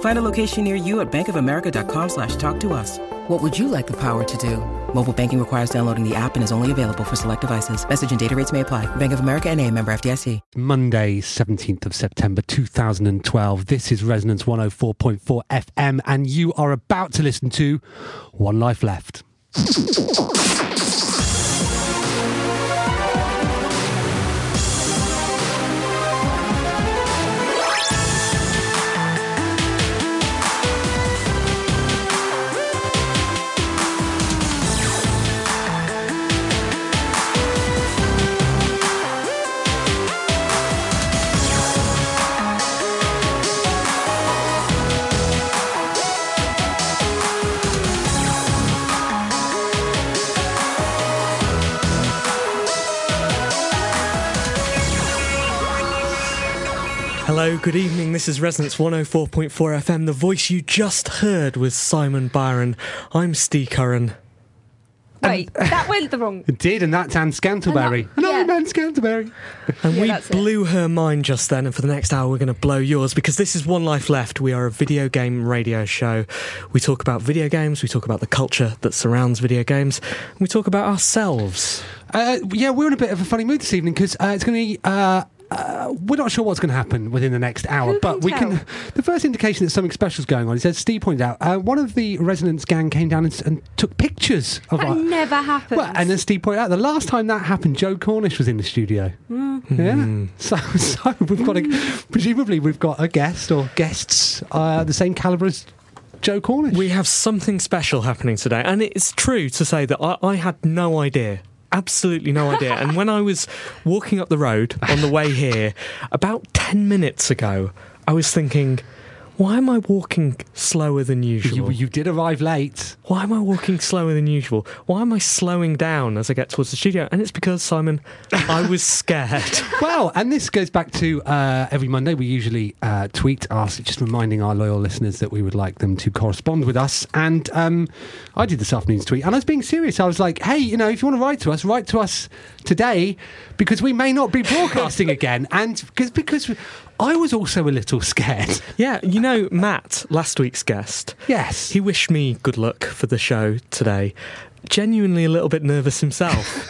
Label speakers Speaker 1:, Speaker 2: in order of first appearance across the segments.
Speaker 1: Find a location near you at bankofamerica.com slash talk to us. What would you like the power to do? Mobile banking requires downloading the app and is only available for select devices. Message and data rates may apply. Bank of America and a member FDIC.
Speaker 2: Monday, 17th of September 2012. This is Resonance 104.4 FM, and you are about to listen to One Life Left.
Speaker 3: Hello, good evening. This is Resonance 104.4 FM. The voice you just heard was Simon Byron. I'm Steve Curran.
Speaker 4: Wait, that went the wrong.
Speaker 2: Indeed, and that's Anne Scantlebury.
Speaker 4: And that-
Speaker 2: Another
Speaker 4: yeah.
Speaker 2: man's Canterbury.
Speaker 3: And
Speaker 4: Yeah,
Speaker 3: we
Speaker 4: that's it.
Speaker 3: blew her mind just then, and for the next hour, we're going to blow yours because this is One Life Left. We are a video game radio show. We talk about video games, we talk about the culture that surrounds video games, and we talk about ourselves.
Speaker 2: Uh, yeah, we're in a bit of a funny mood this evening because uh, it's going to be. Uh, uh, we're not sure what's going to happen within the next hour,
Speaker 4: Who
Speaker 2: but
Speaker 4: can
Speaker 2: we
Speaker 4: tell?
Speaker 2: can. The first indication that something special's going on is, as Steve pointed out, uh, one of the Resonance gang came down and, s- and took pictures of
Speaker 4: That
Speaker 2: our.
Speaker 4: never happens.
Speaker 2: Well, and as Steve pointed out, the last time that happened, Joe Cornish was in the studio. Yeah. So, so we've got a, presumably we've got a guest or guests uh, the same caliber as Joe Cornish.
Speaker 3: We have something special happening today, and it's true to say that I, I had no idea. Absolutely no idea. And when I was walking up the road on the way here, about 10 minutes ago, I was thinking, why am I walking slower than
Speaker 2: you,
Speaker 3: usual?
Speaker 2: you did arrive late.
Speaker 3: Why am I walking slower than usual? Why am I slowing down as I get towards the studio? And it's because, Simon, I was scared.
Speaker 2: Well, and this goes back to uh, every Monday. We usually uh, tweet us, just reminding our loyal listeners that we would like them to correspond with us. And um, I did this afternoon's tweet, and I was being serious. I was like, hey, you know, if you want to write to us, write to us today because we may not be broadcasting again. And cause, because I was also a little scared.
Speaker 3: Yeah, you know, Matt, last week's guest.
Speaker 2: Yes.
Speaker 3: He wished me good luck for the show today. Genuinely a little bit nervous himself.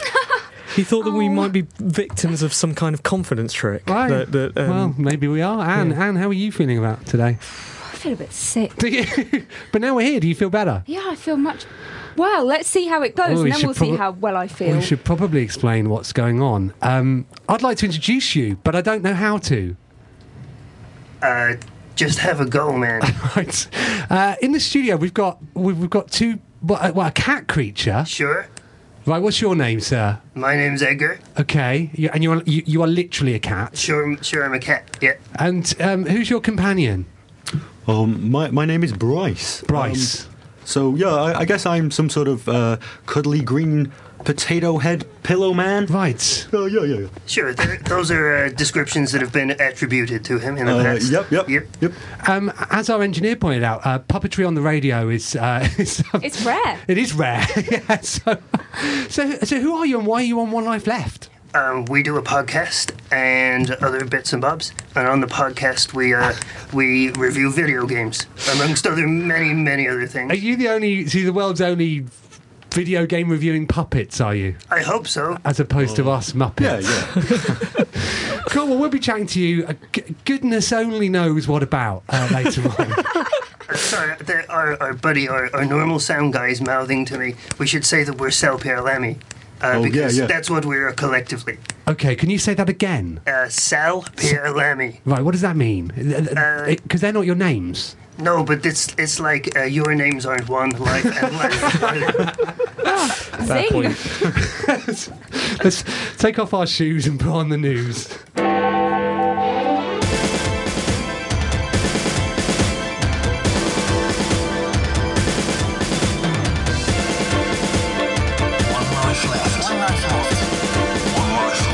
Speaker 3: he thought that
Speaker 2: Oh.
Speaker 3: we might be victims of some kind of confidence trick.
Speaker 2: Right.
Speaker 3: That, that, um,
Speaker 2: well, maybe we are. Anne, Anne, how are you feeling about today?
Speaker 4: I feel a bit sick.
Speaker 2: Do you- but now we're here. Do you feel better?
Speaker 4: Yeah, I feel much. Well, let's see how it goes,
Speaker 2: Oh, we
Speaker 4: and then
Speaker 2: should
Speaker 4: we'll see
Speaker 2: proba-
Speaker 4: how well I feel.
Speaker 2: We should probably explain what's going on. Um, I'd like to introduce you, but I don't know how to.
Speaker 5: Uh, just have a go, man.
Speaker 2: Right. Uh, in the studio, we've got we've, we've got two. Well, uh, well, a cat creature.
Speaker 5: sure.
Speaker 2: Right. What's your name, sir?
Speaker 5: My name's Edgar.
Speaker 2: Okay. You, and you're you, you are literally a cat.
Speaker 5: Sure, sure, I'm a cat. Yeah.
Speaker 2: And um, who's your companion?
Speaker 6: Um, my, my name is Bryce.
Speaker 2: Bryce.
Speaker 6: Um, so, yeah, I, I guess I'm some sort of uh, cuddly green potato head pillow man.
Speaker 2: right.
Speaker 6: Oh, yeah, yeah, yeah.
Speaker 5: Sure. th- Those are uh, descriptions that have been attributed to him in the
Speaker 6: Uh,
Speaker 5: past.
Speaker 6: yep, yep,
Speaker 5: Yep.
Speaker 6: yep.
Speaker 2: Um, as our engineer pointed out, uh, puppetry on the radio is uh, is, um,
Speaker 4: It's rare.
Speaker 2: it is rare. yeah. So, so so who are you and why are you on One Life Left?
Speaker 5: Um, we do a podcast and other bits and bobs, and on the podcast we uh, we review video games, amongst other many, many other
Speaker 2: Are
Speaker 5: things.
Speaker 2: you the only? See, the world's only video game reviewing puppets. Are you?
Speaker 5: I hope so.
Speaker 2: As opposed to us
Speaker 6: Yeah,
Speaker 2: Muppets.
Speaker 6: yeah.
Speaker 2: Cool. Well, we'll be chatting to you. Uh, g- goodness only knows what about uh, later on.
Speaker 5: Sorry, there, our, our buddy, our, our normal sound guy is mouthing to me. We should say that we're Sal Pierre Lamy. uh,
Speaker 6: Oh, yeah,
Speaker 5: because
Speaker 6: yeah.
Speaker 5: that's what we are collectively.
Speaker 2: Okay, can you say that again?
Speaker 5: Uh, Sal, Pierre, Lammy.
Speaker 2: Right, what does that mean? Uh, Because they're not your names.
Speaker 5: No, but it's it's like uh, your names aren't one life and life. are
Speaker 4: Zing.
Speaker 2: Let's take off our shoes and put on the news.
Speaker 7: One life left. One life left. One life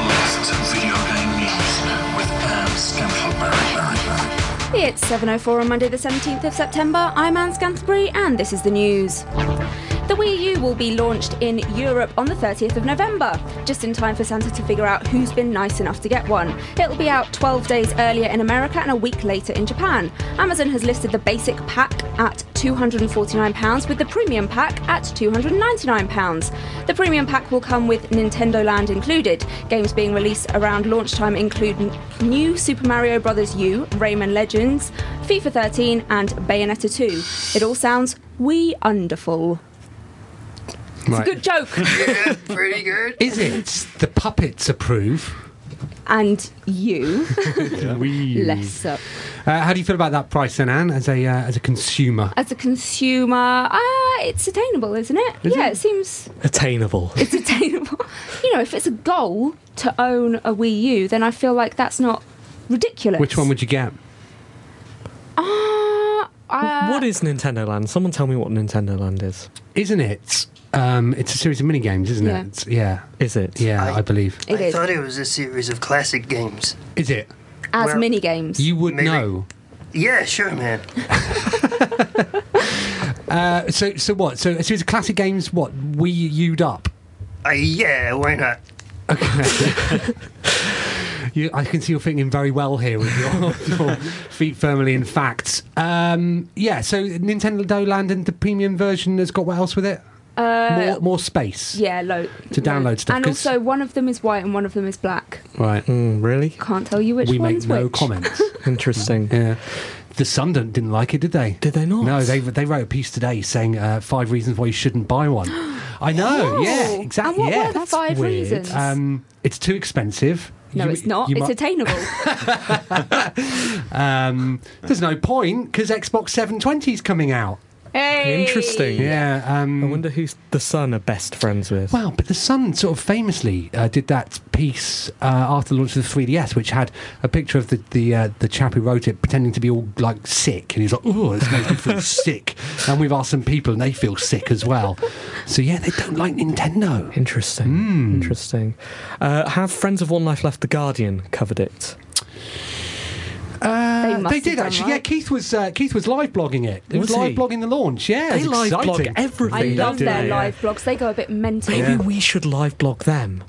Speaker 7: left. One life left. Video game news with Anne Scantleberry.
Speaker 4: It's 7.04 on Monday the 17th of September. I'm Anne Scanterbury and this is the news. The Wii U will be launched in Europe on the 30th of November, just in time for Santa to figure out who's been nice enough to get one. It'll be out 12 days earlier in America and a week later in Japan. Amazon has listed the basic pack at £249 with the premium pack at £299. The premium pack will come with Nintendo Land included. Games being released around launchtime include n- new Super Mario Bros. U, Rayman Legends, FIFA 13, and Bayonetta 2. It all sounds wee wonderful.
Speaker 2: Right.
Speaker 4: Good joke.
Speaker 5: pretty good.
Speaker 2: Is it the puppets approve?
Speaker 4: and you
Speaker 2: We.
Speaker 4: less so.
Speaker 2: Uh, how do you feel about that price, then, Anne, as a uh, as a consumer?
Speaker 4: As a consumer, ah, it's attainable, isn't it? yeah, it? seems
Speaker 3: Attainable.
Speaker 4: it's attainable. you know, if it's a goal to own a Wii U, then I feel like that's not ridiculous.
Speaker 2: Which one would you get?
Speaker 4: Ah, uh,
Speaker 3: what is Nintendo Land? Someone tell me what Nintendo Land is.
Speaker 2: Isn't it? Um, it's a series of mini games, isn't
Speaker 4: Yeah.
Speaker 2: it? It's- yeah,
Speaker 3: Is it?
Speaker 2: yeah, I,
Speaker 5: I-
Speaker 2: believe.
Speaker 4: it
Speaker 5: I
Speaker 4: is
Speaker 5: thought it was a series of classic games.
Speaker 2: Is it?
Speaker 4: as
Speaker 5: well,
Speaker 4: mini games.
Speaker 2: You would
Speaker 5: Maybe.
Speaker 2: know.
Speaker 5: Yeah, sure, man.
Speaker 2: Uh, so so what? So a series of classic games. What we U'd up.
Speaker 5: Uh, yeah, why not?
Speaker 2: You, I can see you're thinking very well here with your, your feet firmly in facts. Um, yeah, so Nintendo Land and the premium version has got what else with it? Uh, more, more space.
Speaker 4: yeah, lo-
Speaker 2: To
Speaker 4: lo-
Speaker 2: download stuff,
Speaker 4: And
Speaker 2: 'cause-
Speaker 4: also, one of them is white and one of them is black.
Speaker 2: Right.
Speaker 3: Mm, really?
Speaker 4: Can't tell you which
Speaker 2: we make
Speaker 4: one's
Speaker 2: no
Speaker 4: which.
Speaker 2: comments.
Speaker 3: Interesting.
Speaker 2: yeah. The Sun didn't, didn't like it, did they?
Speaker 3: Did they not?
Speaker 2: No, they they wrote a piece today saying uh, five reasons why you shouldn't buy one. I know.
Speaker 4: Oh.
Speaker 2: Yeah. Exactly.
Speaker 4: And what
Speaker 2: yeah.
Speaker 4: were the
Speaker 2: That's
Speaker 4: five
Speaker 2: weird.
Speaker 4: reasons?
Speaker 2: Um, it's too expensive.
Speaker 4: No,
Speaker 2: You-
Speaker 4: it's not.
Speaker 2: you
Speaker 4: It's
Speaker 2: mu-
Speaker 4: attainable.
Speaker 2: um, there's no point because Xbox 720 is coming out.
Speaker 4: hey,
Speaker 3: Interesting.
Speaker 2: Yeah. Um,
Speaker 3: I wonder who's the son are best friends with.
Speaker 2: Well, but the Sun sort of famously uh, did that piece uh, after the launch of the 3DS, which had a picture of the the, uh, the chap who wrote it pretending to be all like sick, and he's like, "Oh, this makes me feel sick." And we've asked some people, and they feel sick as well. So yeah, they don't like Nintendo.
Speaker 3: Interesting.
Speaker 2: Hmm.
Speaker 3: Interesting. Uh, have Friends of One Life Left The Guardian covered it?
Speaker 2: Uh,
Speaker 4: They must have
Speaker 2: did
Speaker 4: done
Speaker 2: actually. Yeah,
Speaker 4: right.
Speaker 2: Keith was uh, Keith was live blogging it. He was,
Speaker 3: Was
Speaker 2: live
Speaker 3: he?
Speaker 2: blogging the launch. Yeah,
Speaker 3: They
Speaker 2: it's
Speaker 3: live blog
Speaker 2: exciting.
Speaker 3: everything,
Speaker 4: I
Speaker 3: They
Speaker 4: love
Speaker 3: do,
Speaker 4: their
Speaker 3: yeah.
Speaker 4: live blogs. They go a bit mental.
Speaker 3: Maybe we should live blog them.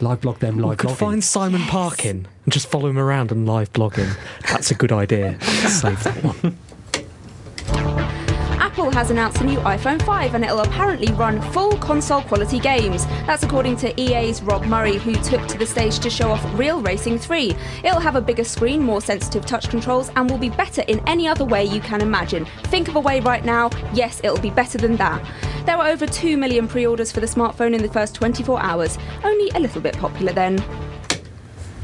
Speaker 2: Live blog them. Live
Speaker 3: we could
Speaker 2: blogging.
Speaker 3: find Simon Parkin and just follow him around and live blog him. That's a good idea. Save that one.
Speaker 4: Apple has announced a new iPhone 5 and it'll apparently run full console quality games. That's according to EA's Rob Murray, who took to the stage to show off Real Racing 3. It'll have a bigger screen, more sensitive touch controls, and will be better in any other way you can imagine. Think of a way right now, yes, it'll be better than that. There were over 2 million pre orders for the smartphone in the first 24 hours. Only a little bit popular then.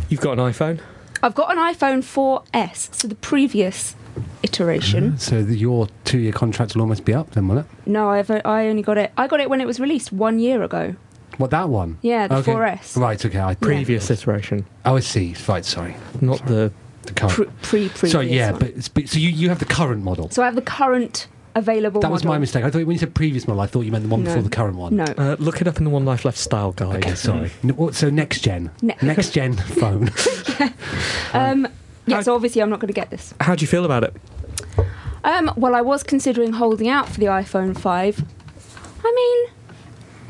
Speaker 3: You've got an iPhone?
Speaker 4: I've got an iPhone 4S, so the previous iteration.
Speaker 2: So the, your two year contract will almost be up then, will it?
Speaker 4: No, I've, I only got it. I got it when it was released one year ago.
Speaker 2: What that one?
Speaker 4: Yeah, the
Speaker 2: okay.
Speaker 4: 4S.
Speaker 2: Right. Okay. I
Speaker 3: Previous iteration.
Speaker 2: Oh, I see. Right. Sorry.
Speaker 3: Not the.
Speaker 2: The current.
Speaker 4: Pre pre previous.
Speaker 2: Sorry, yeah,
Speaker 4: one.
Speaker 2: but, it's- but so you, you have the current model.
Speaker 4: so I have the current available.
Speaker 2: that was
Speaker 4: model.
Speaker 2: my mistake. I thought when you said previous model, I thought you meant the one
Speaker 4: No.
Speaker 2: before the current one.
Speaker 4: No, Mm-hmm.
Speaker 3: Uh, look it up in the One Life Left style guide.
Speaker 2: Okay, sorry. N- what- so next gen,
Speaker 4: Ne-
Speaker 2: next gen phone.
Speaker 4: um, yeah.
Speaker 3: How-
Speaker 4: So obviously, I'm not going to get this.
Speaker 3: How do you feel about it?
Speaker 4: Um, well, I was considering holding out for the iPhone five. I mean,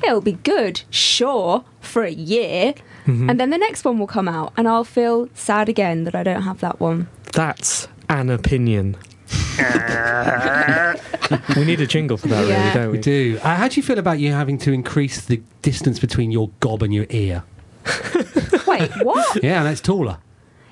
Speaker 4: it'll be good, sure, for a year,
Speaker 2: Mm-hmm.
Speaker 4: and then the next one will come out, and I'll feel sad again that I don't have that one.
Speaker 3: That's an opinion. we need a jingle for that,
Speaker 4: Yeah.
Speaker 3: really, don't we?
Speaker 2: we do. Uh, how do you feel about you having to increase the distance between your gob and your ear?
Speaker 4: Wait, what is
Speaker 2: Yeah, that's taller.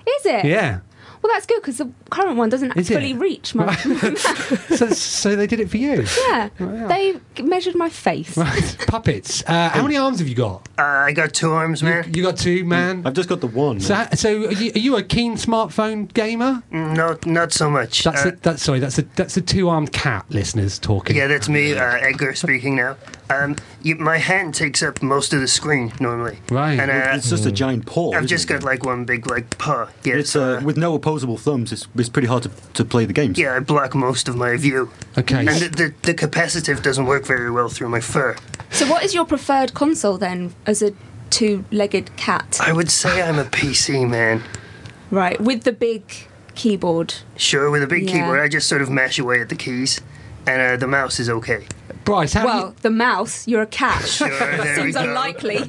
Speaker 4: it?
Speaker 2: Yeah.
Speaker 4: Well, that's good because the current one doesn't
Speaker 2: Is it?
Speaker 4: fully reach my.
Speaker 2: so, so they did it for you.
Speaker 4: yeah.
Speaker 2: yeah.
Speaker 4: They measured my face.
Speaker 2: Right. Puppets. Uh, how many arms have you got?
Speaker 5: Uh, I got two arms, man.
Speaker 2: You got two, man.
Speaker 6: I've just got the one.
Speaker 2: So, ha- so are, you, are you a keen smartphone gamer?
Speaker 5: No, not so much.
Speaker 2: That's
Speaker 5: Uh,
Speaker 2: a, that's sorry. That's a that's a two-armed cat. Listeners talking.
Speaker 5: Yeah, that's me, uh, Edgar speaking now. Um, you, my hand takes up most of the screen normally.
Speaker 2: Right.
Speaker 5: And uh,
Speaker 6: it's just a giant paw.
Speaker 5: I've
Speaker 6: isn't
Speaker 5: just
Speaker 6: it?
Speaker 5: got like one big like paw. Yeah.
Speaker 6: It's
Speaker 5: so,
Speaker 6: uh, with no opposable thumbs. It's, it's pretty hard to, to play the games.
Speaker 5: yeah, I block most of my view.
Speaker 2: Okay.
Speaker 5: And the, the, the capacitive doesn't work very well through my fur.
Speaker 4: So, what is your preferred console then, as a two-legged cat?
Speaker 5: I would say I'm a PC man.
Speaker 4: Right, with the big keyboard.
Speaker 5: Sure, with a big
Speaker 4: Yeah.
Speaker 5: keyboard, I just sort of mash away at the keys, and uh, the mouse is okay.
Speaker 2: Bryce, how
Speaker 4: Well, the mouse. You're a cat.
Speaker 5: Sure, there we
Speaker 4: Seems
Speaker 5: go.
Speaker 4: unlikely.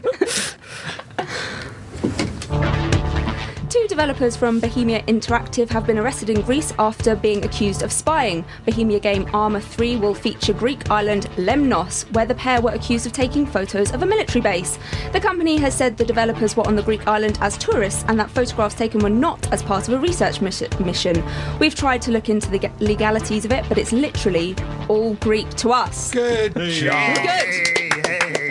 Speaker 4: Two developers from Bohemia Interactive have been arrested in Greece after being accused of spying. Bohemia game Armour 3 will feature Greek island Lemnos, where the pair were accused of taking photos of a military base. The company has said the developers were on the Greek island as tourists and that photographs taken were not as part of a research mis- mission. We've tried to look into the ge- legalities of it, but it's literally all Greek to us.
Speaker 2: you? Good
Speaker 6: uh,
Speaker 2: job.
Speaker 5: Hey, hey.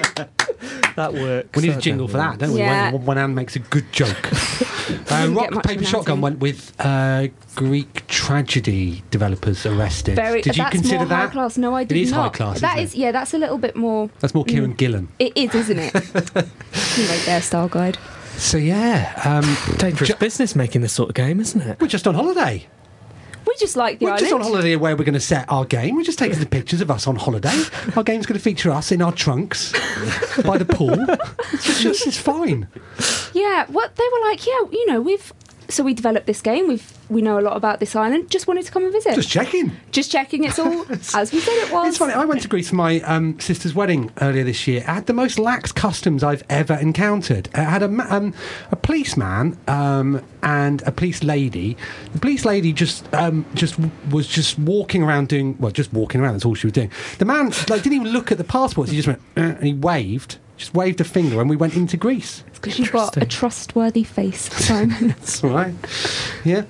Speaker 3: That works.
Speaker 2: We need a jingle for that, don't we?
Speaker 4: Yeah.
Speaker 2: One, one hand makes a good joke. uh,
Speaker 4: Didn't get
Speaker 2: Rock
Speaker 4: much
Speaker 2: Paper
Speaker 4: from
Speaker 2: Shotgun
Speaker 4: Nancy.
Speaker 2: went with uh, Greek tragedy developers arrested.
Speaker 4: Very,
Speaker 2: did you
Speaker 4: that's
Speaker 2: consider
Speaker 4: more
Speaker 2: that?
Speaker 4: high class. No, I
Speaker 2: It
Speaker 4: did
Speaker 2: is
Speaker 4: not.
Speaker 2: high class.
Speaker 4: That
Speaker 2: isn't
Speaker 4: is- Mm.
Speaker 2: it?
Speaker 4: yeah, that's a little bit more.
Speaker 2: That's more Kieran Gillen.
Speaker 4: It is, isn't it? you wrote their style guide.
Speaker 2: So yeah, um,
Speaker 3: Dangerous
Speaker 2: Ju-
Speaker 3: business making this sort of game, isn't it?
Speaker 2: we're just on holiday.
Speaker 4: We just like the
Speaker 2: we're
Speaker 4: island.
Speaker 2: just on holiday where we're going to set our game. We're just taking the pictures of us on holiday. Our game's going to feature us in our trunks by the pool. It's just it's fine.
Speaker 4: Yeah, what they were like. Yeah, you know, we've so we developed this game. We've we know a lot about this island. Just wanted to come and visit.
Speaker 2: Just checking.
Speaker 4: Just checking it's all as we said it was.
Speaker 2: It's funny. I went to Greece for my um, sister's wedding earlier this year. It had the most lax customs I've ever encountered. It had a ma- um, a policeman um, and a police lady. The police lady just um, just w- was just walking around doing well, just walking around. That's all she was doing. The man like didn't even look at the passports. He just went "Eh," and he waved. Just waved a finger, and we went into Greece.
Speaker 4: because you've got a trustworthy face, Simon.
Speaker 2: That's all right. Yeah.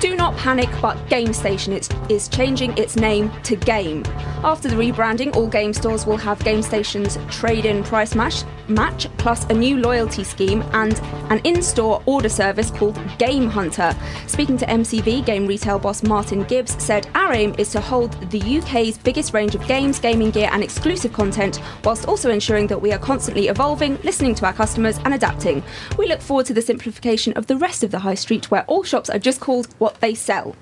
Speaker 4: Do not panic, but GameStation is, is changing its name to Game. After the rebranding, all game stores will have GameStation's trade-in price match, match plus a new loyalty scheme and an in-store order service called Game Hunter. Speaking to MCV, game retail boss Martin Gibbs said, "Our aim is to hold the UK's biggest range of games, gaming gear, and exclusive content, whilst also ensuring that we are constantly evolving, listening to our customers, and adapting. We look forward to the simplification of the rest of the high street, where all shops are just called what they sell."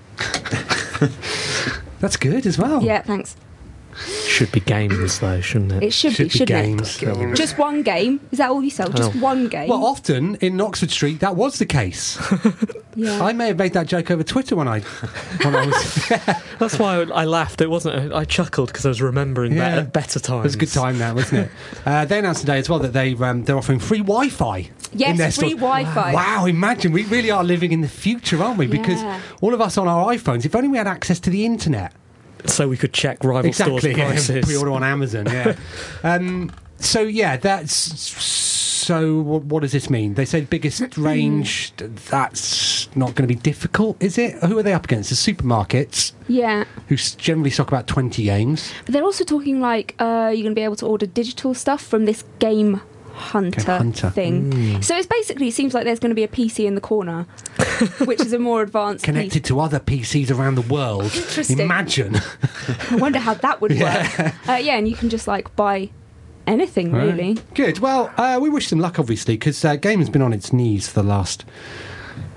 Speaker 2: That's good as well.
Speaker 4: Yeah, thanks.
Speaker 3: Should be games though, shouldn't it?
Speaker 4: It should,
Speaker 2: Should
Speaker 4: be,
Speaker 2: be
Speaker 4: shouldn't
Speaker 2: games.
Speaker 4: it? Just one game. Is that all you sell? Just
Speaker 3: Oh.
Speaker 4: one game.
Speaker 2: Well, often in Oxford Street, that was the case.
Speaker 4: yeah.
Speaker 2: I may have made that joke over Twitter when I, when I was.
Speaker 3: That's why I laughed. It wasn't. I chuckled because I was remembering
Speaker 2: Yeah.
Speaker 3: that at uh, better times.
Speaker 2: It was a good time now, wasn't it? Uh, they announced today as well that they um, they're offering free Wi-Fi.
Speaker 4: Yes,
Speaker 2: in their
Speaker 4: free
Speaker 2: stores.
Speaker 4: Wi-Fi.
Speaker 2: Wow, imagine we really are living in the future, aren't we? Because
Speaker 4: Yeah.
Speaker 2: all of us on our iPhones, if only we had access to the internet.
Speaker 3: So we could check rival
Speaker 2: exactly.
Speaker 3: stores'
Speaker 2: yeah,
Speaker 3: prices.
Speaker 2: pre-order on Amazon. Yeah. um, so yeah, that's so. What, what does this mean? They say biggest range. That's not going to be difficult, is it? Who are they up against? The supermarkets,
Speaker 4: yeah.
Speaker 2: who s- generally stock about twenty games.
Speaker 4: But they're also talking like uh, you're going to be able to order digital stuff from this game hunter,
Speaker 2: Game Hunter. Mm.
Speaker 4: thing. So it's basically it seems like there's going to be a PC in the corner, which is a more advanced.
Speaker 2: connected to other PCs around the world.
Speaker 4: Interesting.
Speaker 2: Imagine.
Speaker 4: PC. I wonder how that would work. Uh, yeah, and you can just like buy anything really.
Speaker 2: Good. Well, uh, we wish them luck, obviously, because uh, game has been on its knees for the last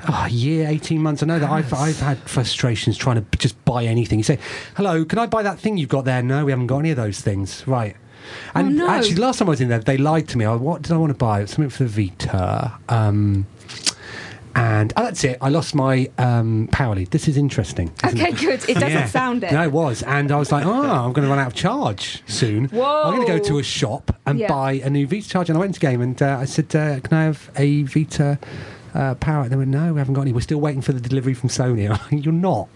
Speaker 2: oh, year, 18 months. I know that I've, I've had frustrations trying to just buy anything. You say, hello, can I buy that thing you've got there? No, we haven't got any of those things. Right. And
Speaker 4: Oh, no.
Speaker 2: actually, the last time I was in there, they lied to me. I, what did I want to buy? It was something for the Vita. Um, and oh, that's it. I lost my um, power lead. This is interesting. isn't
Speaker 4: Okay,
Speaker 2: it?
Speaker 4: good. It doesn't
Speaker 2: Yeah.
Speaker 4: sound it.
Speaker 2: No, it was. And I was like, oh, I'm going to run out of charge soon. I'm going to go
Speaker 4: Whoa.
Speaker 2: to a shop and
Speaker 4: Yeah.
Speaker 2: buy a new Vita charger. And I went to game and uh, I said, uh, can I have a Vita uh, power? They went, no, we haven't got any. We're still waiting for the delivery from Sony. I'm like, You're not.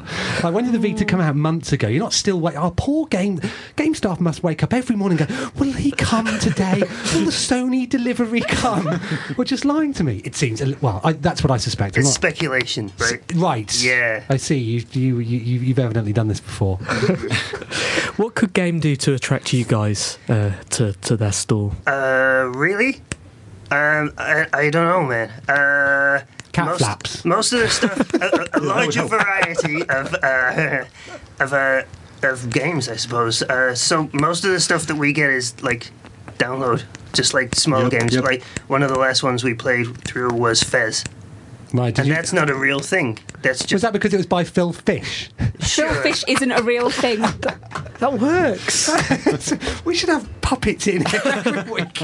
Speaker 2: Like, when did the Vita come out months ago? You're not still waiting. Our poor game game staff must wake up every morning and go, will he come today? Will the Sony delivery come? Well, just lying to me. It seems, a li- well, I, that's what I suspect. I'm
Speaker 5: It's
Speaker 2: not-
Speaker 5: speculation, right?
Speaker 2: Right.
Speaker 5: Yeah.
Speaker 2: I see. You, you, you, you've evidently done this before.
Speaker 3: What could game do to attract you guys uh, to to their store?
Speaker 5: Uh, really? Um, I, I don't know, man. Uh,
Speaker 2: Cat
Speaker 5: most,
Speaker 2: flaps.
Speaker 5: Most of the stuff, a, a- a larger variety of uh, of uh, of games, I suppose. Uh, so most of the stuff that we get is like download, just like small
Speaker 6: Yep,
Speaker 5: games.
Speaker 6: yep.
Speaker 5: Like one of the last ones we played through was Fez,
Speaker 2: Right. did
Speaker 5: and
Speaker 2: you-
Speaker 5: that's not a real thing. That's
Speaker 2: was
Speaker 5: just
Speaker 2: that because it was by Phil Fish?
Speaker 5: sure.
Speaker 4: Fish isn't a real thing.
Speaker 2: That works. we should have puppets in here every week.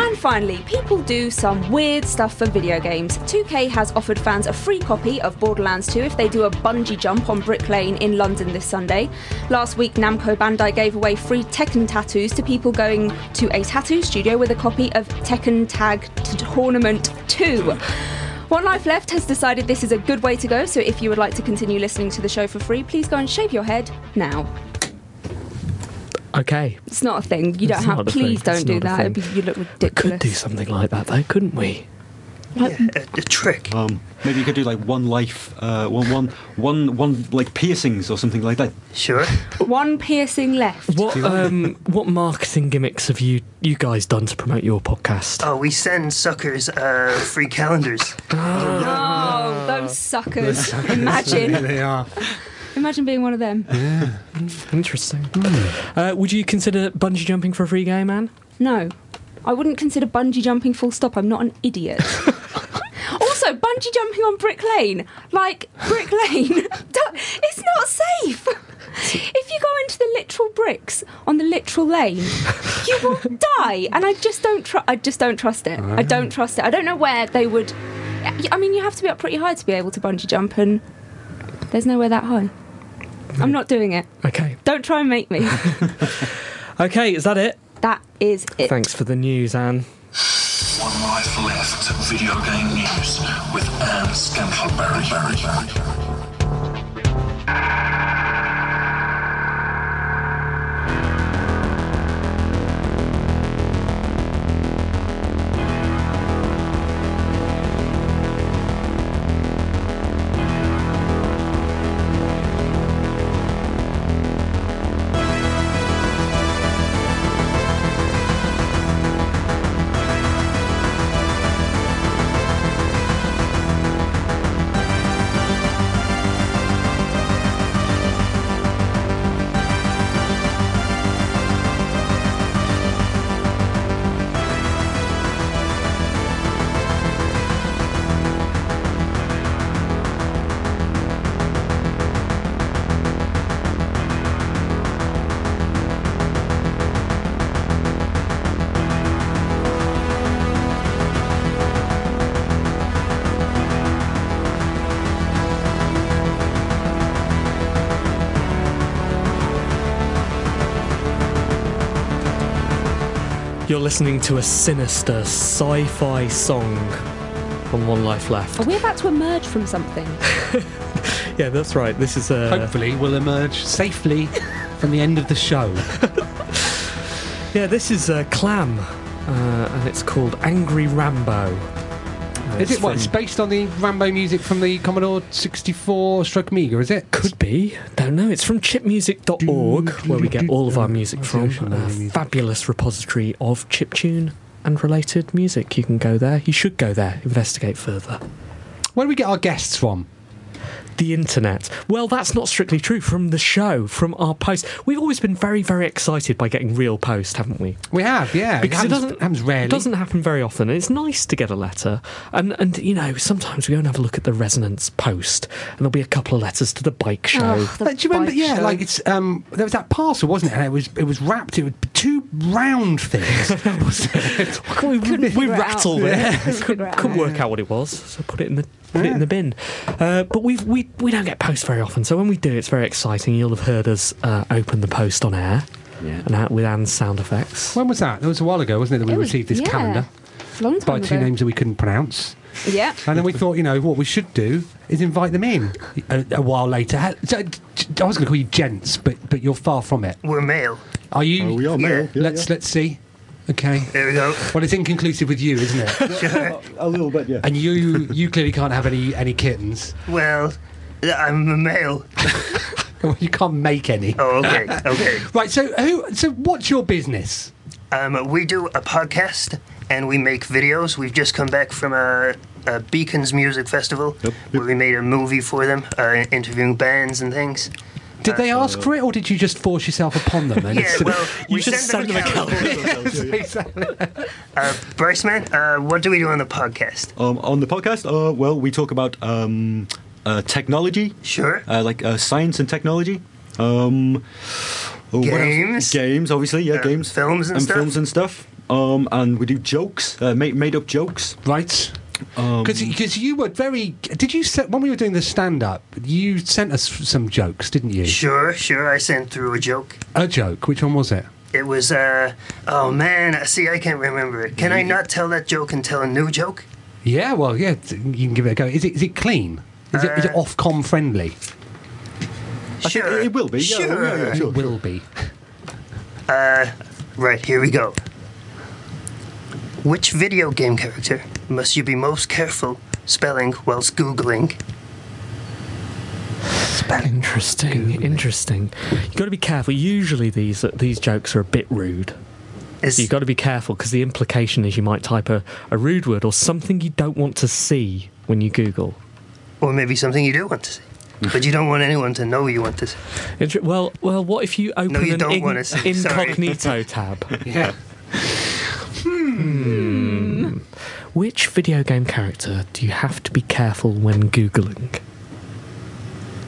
Speaker 4: And finally, people do some weird stuff for video games. 2K has offered fans a free copy of Borderlands 2 if they do a bungee jump on Brick Lane in London this Sunday. Last week, Namco Bandai gave away free Tekken tattoos to people going to a tattoo studio with a copy of Tekken Tag T- Tournament 2. One Life Left has decided this is a good way to go, so if you would like to continue listening to the show for free, please go and shave your head now.
Speaker 3: Okay,
Speaker 4: It's not a thing. You don't
Speaker 3: It's
Speaker 4: have.
Speaker 3: not a thing.
Speaker 4: Please don't
Speaker 3: It's
Speaker 4: do
Speaker 3: not a
Speaker 4: that. It'd
Speaker 3: thing.
Speaker 4: be, you look
Speaker 3: could
Speaker 4: ridiculous.
Speaker 3: do something like that though, couldn't we?
Speaker 5: a, a trick.
Speaker 6: Um, maybe you could do like one life, uh, one, one, one, one, like piercings or something like that.
Speaker 5: Sure.
Speaker 4: One piercing left.
Speaker 3: What um, what marketing gimmicks have you you guys done to promote your podcast?
Speaker 5: Oh, we send suckers uh, free calendars.
Speaker 4: Oh, those suckers. Imagine.
Speaker 2: they are.
Speaker 4: Imagine being one of them.
Speaker 3: Interesting. Uh, would you consider bungee jumping for a free game, Anne?
Speaker 4: No. I wouldn't consider bungee jumping full stop. I'm not an idiot. also, bungee jumping on Brick Lane. Like, Brick Lane. don't- it's not safe. If you go into the literal bricks on the literal lane, you will die. And I just don't tru- I just don't trust it. I don't trust it. I don't know where they would I mean, you have to be up pretty high to be able to bungee jump and there's nowhere that high. I'm not doing it.
Speaker 3: Okay.
Speaker 4: Don't try and make me.
Speaker 3: Okay, is that it?
Speaker 4: That is it.
Speaker 3: Thanks for the news, Anne.
Speaker 7: One Life Left Video Game News with Anne Scantleberry.
Speaker 3: You're listening to a sinister sci-fi song on One Life Left.
Speaker 4: Are we about to emerge from something?
Speaker 3: Yeah, that's right. This is uh,
Speaker 2: Hopefully, we'll emerge safely from the end of the show.
Speaker 3: yeah, this is uh, Clam, uh, and it's called Angry Rambo. Uh,
Speaker 2: Is
Speaker 3: it's
Speaker 2: it what? It's
Speaker 3: from-
Speaker 2: based on the Rambo music from the Commodore 64 Stroke Amiga, is it?
Speaker 3: Could be. Don't know. It's from chipmusic.org, where we get all of our music from. A fabulous repository of chiptune and related music. You can go there. You should go there. Investigate further.
Speaker 2: Where do we get our guests from?
Speaker 3: The internet. Well, that's not strictly true. From the show, from our post. We've always been very, very excited by getting real post, haven't we?
Speaker 2: We have, yeah.
Speaker 3: because it
Speaker 2: happens-
Speaker 3: doesn't
Speaker 2: happens rarely.
Speaker 3: It doesn't happen very often. And it's nice to get a letter, and and you know sometimes we go and have a look at the resonance post, and there'll be a couple of letters to the bike show.
Speaker 4: Ugh, the
Speaker 2: Like, do you remember?
Speaker 4: bike
Speaker 2: Yeah,
Speaker 4: Oh, show.
Speaker 2: like it's um, there was that parcel, wasn't it? And it was it was wrapped. It was two round things. wasn't it?
Speaker 3: we we
Speaker 4: figure it
Speaker 3: rattled
Speaker 4: out.
Speaker 3: it.
Speaker 4: Yeah. Couldn't
Speaker 3: Couldn't,
Speaker 4: figure it
Speaker 3: couldn't
Speaker 4: out.
Speaker 3: work out what it was, so put it in the put it in the bin. Uh, but we we we don't get posts very often, so when we do, it's very exciting. You'll have heard us uh, open the post on air,
Speaker 6: Yeah.
Speaker 3: and out with Anne's sound effects.
Speaker 2: When was that? That was a while ago, wasn't it? That we
Speaker 4: It was-
Speaker 2: received this
Speaker 4: yeah.
Speaker 2: calendar
Speaker 4: Long time
Speaker 2: by two
Speaker 4: ago.
Speaker 2: names that we couldn't pronounce.
Speaker 4: Yeah.
Speaker 2: And then we thought, you know, what we should do is invite them in a, a while later. Ha- so- I was going to call you gents, but but you're far from it.
Speaker 5: We're male.
Speaker 2: Are you?
Speaker 6: Oh, we are
Speaker 5: Yeah.
Speaker 6: male. Yeah,
Speaker 2: let's let's see. Okay.
Speaker 5: There we go.
Speaker 2: Well, it's inconclusive with you, isn't it?
Speaker 6: yeah. a little bit, yeah.
Speaker 2: and you you clearly can't have any any kittens.
Speaker 5: Well, I'm a male.
Speaker 2: you can't make any.
Speaker 5: Oh, okay, okay.
Speaker 2: Right. So who? So what's your business?
Speaker 5: Um, we do a podcast and we make videos. We've just come back from a, a Beacons Music Festival
Speaker 6: Yep.
Speaker 5: where we made a movie for them, uh, interviewing bands and things.
Speaker 2: Did they
Speaker 6: Uh,
Speaker 2: ask for it, or did you just force yourself upon them? And
Speaker 5: Yeah, well,
Speaker 3: You
Speaker 5: we
Speaker 3: just
Speaker 5: send them a
Speaker 3: send them a
Speaker 5: calendar. Uh, Bryce, man, uh, what do we do on the podcast?
Speaker 6: Um, on the podcast, uh, well, we talk about um, uh, technology,
Speaker 5: Sure.
Speaker 6: uh, like uh, science and technology. Um, oh, what else?
Speaker 5: Games.
Speaker 6: games, obviously, yeah,
Speaker 5: Uh,
Speaker 6: games,
Speaker 5: films and stuff.
Speaker 6: films and stuff. Um, and we do jokes, uh, made, made up jokes.
Speaker 2: right.
Speaker 4: Um,
Speaker 2: Because you were very. Did you se- when we were doing the stand up? You sent us some jokes, didn't you?
Speaker 5: sure, sure. I sent through a joke.
Speaker 2: A joke. Which one was it?
Speaker 5: It was, uh, oh man, see, I can't remember it. Can I not tell that joke and tell a new joke?
Speaker 2: Yeah. Well, yeah. t- You can give it a go. Is it is it clean? Is it is it
Speaker 5: Uh,
Speaker 2: off com friendly?
Speaker 6: I think
Speaker 5: Sure.
Speaker 6: it, it will be. Yeah,
Speaker 5: Sure.
Speaker 6: yeah, yeah,
Speaker 2: It
Speaker 6: sure.
Speaker 2: will be.
Speaker 5: Right, here we go. Which video game character must you be most careful spelling whilst Googling?
Speaker 3: Interesting, interesting. You've got to be careful. Usually these these jokes are a bit rude.
Speaker 5: Is,
Speaker 3: So you've got to be careful because the implication is you might type a, a rude word or something you don't want to see when you Google.
Speaker 5: or maybe something you do want to see. But you don't want anyone to know you want this.
Speaker 3: Inter- well, well, what if you open
Speaker 5: you
Speaker 3: an
Speaker 5: don't
Speaker 3: in-
Speaker 5: wanna see, sorry.
Speaker 3: incognito tab?
Speaker 2: Yeah.
Speaker 3: Which video game character do you have to be careful when Googling?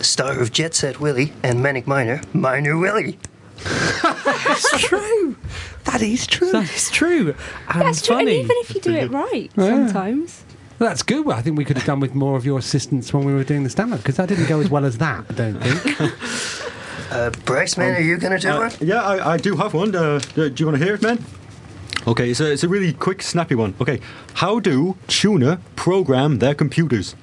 Speaker 5: Star of Jet Set Willy and Manic Miner, Miner Willy.
Speaker 3: It's true.
Speaker 2: That is true.
Speaker 3: That is true. And
Speaker 4: That's true.
Speaker 3: funny.
Speaker 4: And even if you do it right, sometimes.
Speaker 2: Well, that's good. Well, I think we could have done with more of your assistance when we were doing the stand up because that didn't go as well as that, I don't think.
Speaker 5: Uh, Bryce, man, are you going to do
Speaker 6: Uh,
Speaker 5: one?
Speaker 6: yeah, I, I do have one. Uh, do do you want to hear it, man? Okay, so it's a really quick, snappy one. Okay, how do tuna program their computers?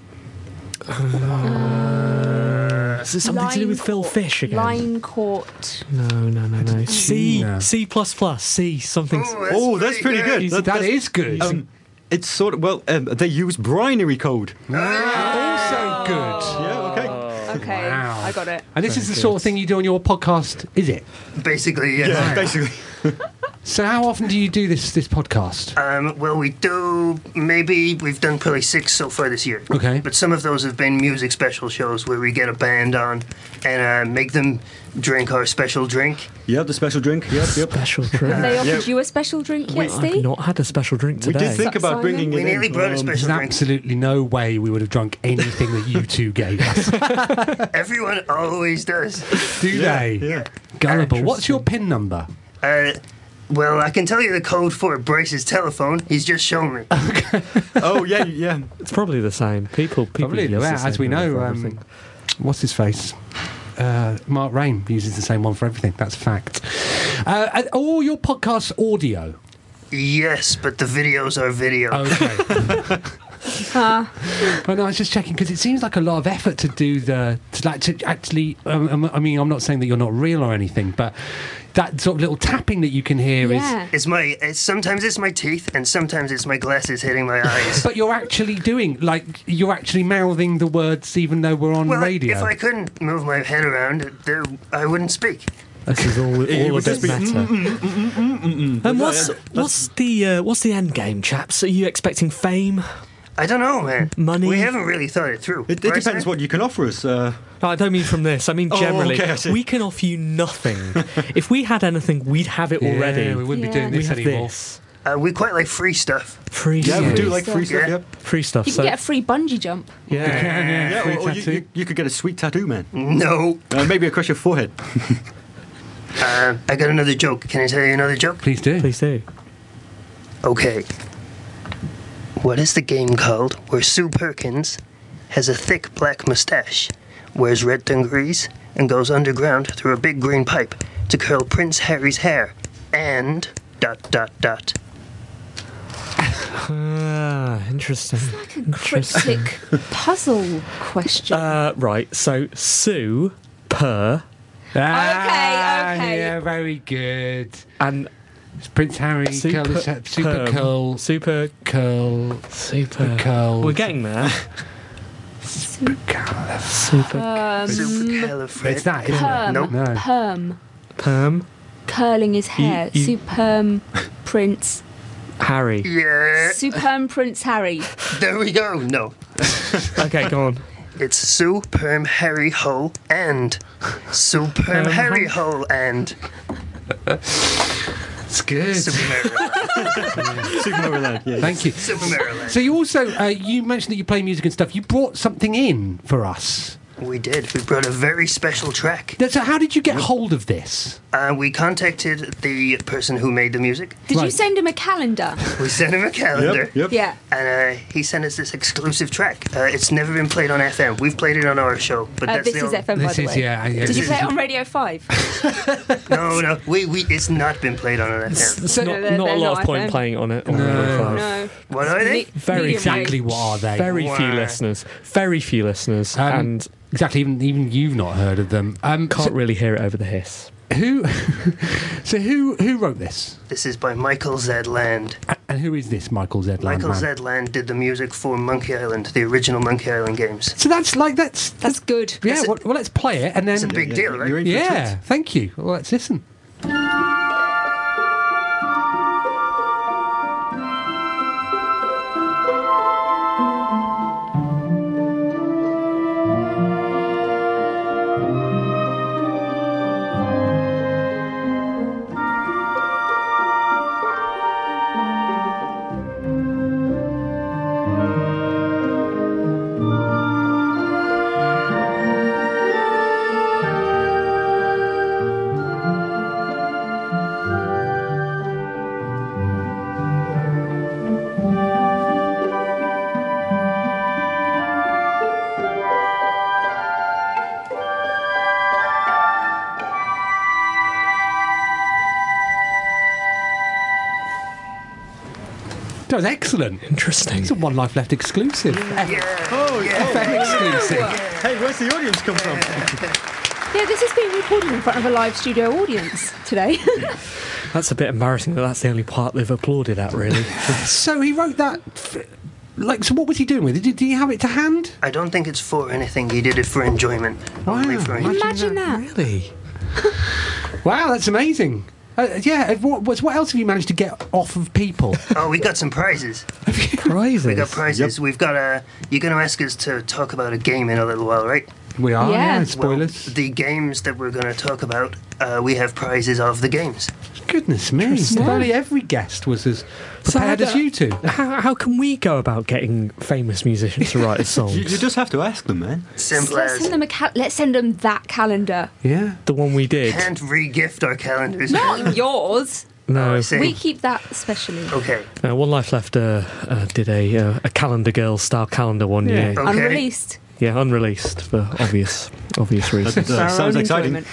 Speaker 3: Is it something to do
Speaker 4: Line
Speaker 3: with Phil
Speaker 4: caught-
Speaker 3: Fish again?
Speaker 4: Line caught.
Speaker 3: No, no, no, no. C,
Speaker 2: Yeah.
Speaker 3: C plus plus, C something.
Speaker 6: oh, that's pretty good.
Speaker 3: He's-
Speaker 6: That-
Speaker 2: that
Speaker 6: that's-
Speaker 2: is good.
Speaker 6: Um, it's sort of well. Um, they use binary code.
Speaker 2: also
Speaker 5: Oh.
Speaker 2: good.
Speaker 6: Yeah. Okay.
Speaker 4: Okay,
Speaker 2: Wow.
Speaker 4: Oh, I got it.
Speaker 2: And this is the sort of thing you do on your podcast, is it?
Speaker 5: Basically, yeah.
Speaker 6: Yeah. Basically.
Speaker 2: So, how often do you do this this podcast?
Speaker 5: Um, well, we do. Maybe we've done probably six so far this year.
Speaker 2: Okay.
Speaker 5: But some of those have been music special shows where we get a band on and uh, make them drink our special drink.
Speaker 6: Yeah. The special drink. Yep. Yep.
Speaker 3: Special drink.
Speaker 4: Have they offered you a special drink yet,
Speaker 3: I've
Speaker 4: Steve?
Speaker 3: not had a special drink
Speaker 6: We
Speaker 3: today.
Speaker 6: did think
Speaker 4: Is that
Speaker 6: about bringing it
Speaker 4: Simon?
Speaker 5: We nearly
Speaker 6: in.
Speaker 5: brought a
Speaker 6: um,
Speaker 5: special
Speaker 2: There's
Speaker 5: drink.
Speaker 2: absolutely no way we would have drunk anything that you two gave us,
Speaker 5: Everyone always does.
Speaker 2: do
Speaker 6: yeah,
Speaker 2: they?
Speaker 6: Yeah.
Speaker 2: Gullible. What's your PIN number?
Speaker 5: Uh, well, I can tell you the code for Bryce's telephone. He's just shown me.
Speaker 6: Oh yeah. Yeah.
Speaker 3: It's probably the same. People, people
Speaker 2: Probably,
Speaker 3: use the
Speaker 2: yeah,
Speaker 3: same
Speaker 2: as we
Speaker 3: number
Speaker 2: know.
Speaker 3: for
Speaker 2: Um,
Speaker 3: everything.
Speaker 2: what's his face? Uh, Mark Rain uses the same one for everything. That's a fact. Uh, and all your podcasts audio.
Speaker 5: yes, but the videos are video.
Speaker 2: Oh. Okay.
Speaker 4: Ah.
Speaker 2: but no, I was just checking because it seems like a lot of effort to do the to like to actually. Um, um, I mean, I'm not saying that you're not real or anything, but that sort of little tapping that you can hear
Speaker 4: yeah.
Speaker 2: is.
Speaker 5: It's my. It's, sometimes it's my teeth, and sometimes it's my glasses hitting my eyes.
Speaker 2: But you're actually doing like you're actually mouthing the words, even though we're on
Speaker 5: well,
Speaker 2: radio.
Speaker 5: if I couldn't move my head around, there I wouldn't speak.
Speaker 3: This is all, all a
Speaker 6: would
Speaker 3: bit
Speaker 6: just be, mm,
Speaker 3: better. And what's what's the uh, what's the end game, chaps? Are you expecting fame?
Speaker 5: I don't know, man.
Speaker 3: Money?
Speaker 5: We haven't really thought it through.
Speaker 6: It, it
Speaker 5: Bryce, eh?
Speaker 6: depends
Speaker 5: man?
Speaker 6: what you can offer us. Uh,
Speaker 3: No, I don't mean from this. I mean
Speaker 6: Oh,
Speaker 3: generally.
Speaker 6: okay, I see.
Speaker 3: we can offer you nothing. if we had anything, we'd have it
Speaker 2: Yeah,
Speaker 3: already.
Speaker 2: we wouldn't
Speaker 4: Yeah.
Speaker 2: be doing
Speaker 3: We
Speaker 2: this
Speaker 3: have
Speaker 2: anymore.
Speaker 3: this
Speaker 5: Uh, we quite like free stuff.
Speaker 3: free
Speaker 6: yeah.
Speaker 3: stuff.
Speaker 6: We do like free
Speaker 4: Yeah.
Speaker 6: stuff. Yep.
Speaker 3: free stuff.
Speaker 4: You
Speaker 3: so
Speaker 4: can get a free bungee jump.
Speaker 3: yeah.
Speaker 6: Yeah.
Speaker 2: free
Speaker 6: or- or you,
Speaker 2: tattoo.
Speaker 6: you, you could get a sweet tattoo, man.
Speaker 5: No.
Speaker 6: Uh, maybe across your forehead.
Speaker 5: Uh, I got another joke. Can I tell you another joke?
Speaker 2: Please do.
Speaker 3: Please do.
Speaker 5: Okay. What is the game called where Sue Perkins has a thick black mustache, wears red dungarees, and goes underground through a big green pipe to curl Prince Harry's hair and dot dot dot?
Speaker 3: Ah, interesting.
Speaker 4: Cryptic puzzle question.
Speaker 3: Uh, right, so Sue, Per,
Speaker 2: Ah,
Speaker 4: okay.
Speaker 2: Yeah, very good.
Speaker 3: and
Speaker 2: It's Prince Harry,
Speaker 3: Super,
Speaker 2: super, curl, his hair- super
Speaker 3: perm.
Speaker 2: curl,
Speaker 3: Super
Speaker 2: curl,
Speaker 3: Super
Speaker 2: curl.
Speaker 3: We're getting
Speaker 2: curl.
Speaker 3: there. Super
Speaker 5: Supercalifragilistic.
Speaker 2: It's that, isn't it?
Speaker 5: Perm. Nope.
Speaker 2: No.
Speaker 4: Perm.
Speaker 3: Perm
Speaker 4: Curling his hair.
Speaker 3: you-
Speaker 4: Superm Prince.
Speaker 3: Harry.
Speaker 5: Yeah.
Speaker 4: Superm Prince Harry.
Speaker 5: There we go. No,
Speaker 3: Okay, go on.
Speaker 5: it's Sue Perm Harry Hole and Sue Perm Harry Hole and
Speaker 2: It's good.
Speaker 5: Super Maryland.
Speaker 6: Super Mario Land, yeah.
Speaker 2: Thank you.
Speaker 5: Super Maryland.
Speaker 2: So you also uh, you mentioned that you play music and stuff. You brought something in for us.
Speaker 5: We did. We brought a very special track.
Speaker 2: Now, So how did you get hold of this?
Speaker 5: Uh, we contacted the person who made the music.
Speaker 4: Did you
Speaker 2: Right.
Speaker 4: send him a calendar?
Speaker 5: We sent him a calendar.
Speaker 6: Yep, yep.
Speaker 4: yeah.
Speaker 5: And uh, he sent us this exclusive track. Uh, it's never been played on FM. We've played it on our show, but
Speaker 4: Uh,
Speaker 5: that's
Speaker 4: this
Speaker 5: the
Speaker 4: is
Speaker 5: only-
Speaker 4: FM, by
Speaker 2: this
Speaker 4: the
Speaker 2: is
Speaker 4: way.
Speaker 2: yeah. yeah
Speaker 4: Did you
Speaker 2: this
Speaker 4: play
Speaker 2: is-
Speaker 4: it on Radio 5?
Speaker 5: No, no, we, we it's not been played on an FM.
Speaker 2: So-
Speaker 3: not,
Speaker 4: they're-
Speaker 3: not a
Speaker 4: they're
Speaker 3: lot of
Speaker 4: not
Speaker 3: point
Speaker 4: FM.
Speaker 3: playing on it. on
Speaker 2: No.
Speaker 3: Radio five.
Speaker 4: No.
Speaker 5: What are they?
Speaker 4: Me-
Speaker 3: Very
Speaker 4: medium rate.
Speaker 2: exactly what are they?
Speaker 3: Very few
Speaker 5: Wow.
Speaker 3: listeners. Very few listeners.
Speaker 2: Um,
Speaker 3: and
Speaker 2: exactly. Even even you've not heard of them. Um,
Speaker 3: can't really hear it over the hiss.
Speaker 2: so who? so who who wrote this?
Speaker 5: This is by Michael Zedland.
Speaker 2: A- And who is this Michael Zedland?
Speaker 5: Michael
Speaker 2: man?
Speaker 5: Zedland did the music for Monkey Island, the original Monkey Island games.
Speaker 2: So that's like that's
Speaker 4: That's good.
Speaker 2: yeah.
Speaker 5: It's a-
Speaker 2: well, well, let's play it and then
Speaker 5: It's a big deal, right?
Speaker 6: You're in for a
Speaker 2: yeah.
Speaker 6: treat.
Speaker 2: Thank you. Well, let's listen. That was excellent.
Speaker 3: Interesting.
Speaker 2: It's a One Life Left exclusive.
Speaker 6: Oh, yeah.
Speaker 2: FM exclusive.
Speaker 6: Hey, where's the audience come from?
Speaker 4: Yeah, this is being recorded in front of a live studio audience today.
Speaker 3: That's a bit embarrassing that that's the only part they've applauded at, really.
Speaker 2: So he wrote that. F- like, so what was he doing with it? Did, did he have it to hand?
Speaker 5: I don't think it's for anything. He did it for enjoyment. Only for enjoyment.
Speaker 4: Imagine that.
Speaker 3: really?
Speaker 2: Wow, that's amazing. Uh, yeah, and what, what's- what else have you managed to get off of people?
Speaker 5: Oh, we got some prizes.
Speaker 3: Prizes.
Speaker 5: We got prizes. We've got a. You're going to ask us to talk about a game in a little while, right?
Speaker 2: we are,
Speaker 4: Yeah.
Speaker 2: yeah,
Speaker 4: Well,
Speaker 2: spoilers.
Speaker 5: Well, the games that we're going to talk about, uh, we have prizes of the games.
Speaker 2: Goodness me. Nearly every guest was as
Speaker 3: So how
Speaker 2: prepared as
Speaker 3: do-
Speaker 2: you two.
Speaker 3: How, how can we go about getting famous musicians to write songs?
Speaker 6: You, you just have to ask them, man.
Speaker 5: Simple
Speaker 4: Let's
Speaker 5: as.
Speaker 4: send them a cal- Let's send them that calendar.
Speaker 2: Yeah.
Speaker 3: the one we did.
Speaker 5: Can't re-gift our calendars.
Speaker 4: Not yours.
Speaker 5: Oh, I
Speaker 3: No,
Speaker 5: see.
Speaker 4: We keep that specially.
Speaker 5: Okay.
Speaker 3: no, One Life Left uh, uh, did a uh, a Calendar Girl style calendar one year.
Speaker 5: Okay.
Speaker 4: Unreleased.
Speaker 3: Yeah, unreleased for obvious obvious reasons.
Speaker 6: That uh, sounds exciting.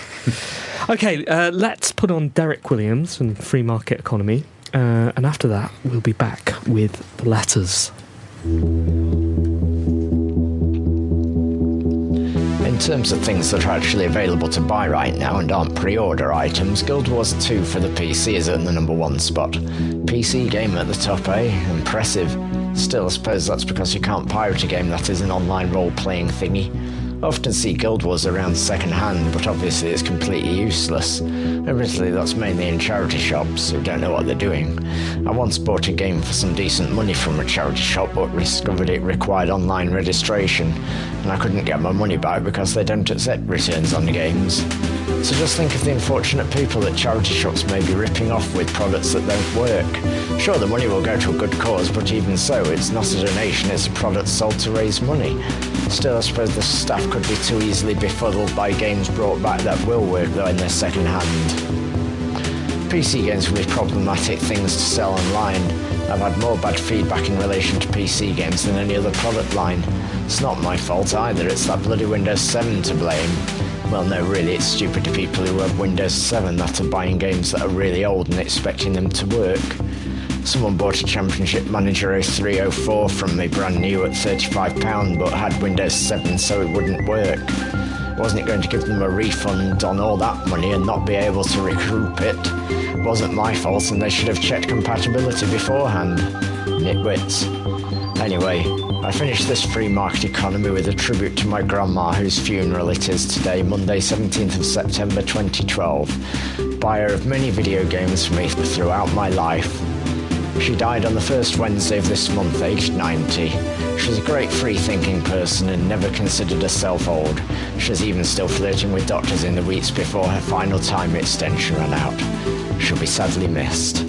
Speaker 3: Okay, uh, let's put on Derek Williams and Free Market Economy. Uh, and after that, we'll be back with the letters.
Speaker 8: In terms of things that are actually available to buy right now and aren't pre order items, Guild Wars 2 for the PC is at the number one spot. PC game at the top, eh? Impressive. Still, I suppose that's because you can't pirate a game that is an online role playing thingy. I often see Guild Wars around second hand, but obviously it's completely useless. Obviously, that's mainly in charity shops who don't know what they're doing. I once bought a game for some decent money from a charity shop, but discovered it required online registration, and I couldn't get my money back because they don't accept returns on the games. So just think of the unfortunate people that charity shops may be ripping off with products that don't work. Sure, the money will go to a good cause, but even so, it's not a donation, it's a product sold to raise money. Still, I suppose the staff could be too easily befuddled by games brought back that will work, though, in their second hand. PC games will be problematic things to sell online. I've had more bad feedback in relation to PC games than any other product line. It's not my fault either, it's that bloody Windows 7 to blame. Well, no, really, it's stupid to people who have Windows 7 that are buying games that are really old and expecting them to work. Someone bought a Championship Manager 0304 from me brand new at £35, but had Windows 7 so it wouldn't work. Wasn't it going to give them a refund on all that money and not be able to recoup it? Wasn't my fault and they should have checked compatibility beforehand. Nitwits. Anyway, I finished this free market economy with a tribute to my grandma, whose funeral it is today, Monday, 17th of September 2012. Buyer of many video games for me throughout my life. She died on the first Wednesday of this month, aged 90. She's a great free thinking person and never considered herself old. She's even still flirting with doctors in the weeks before her final time extension ran out. She'll be sadly missed.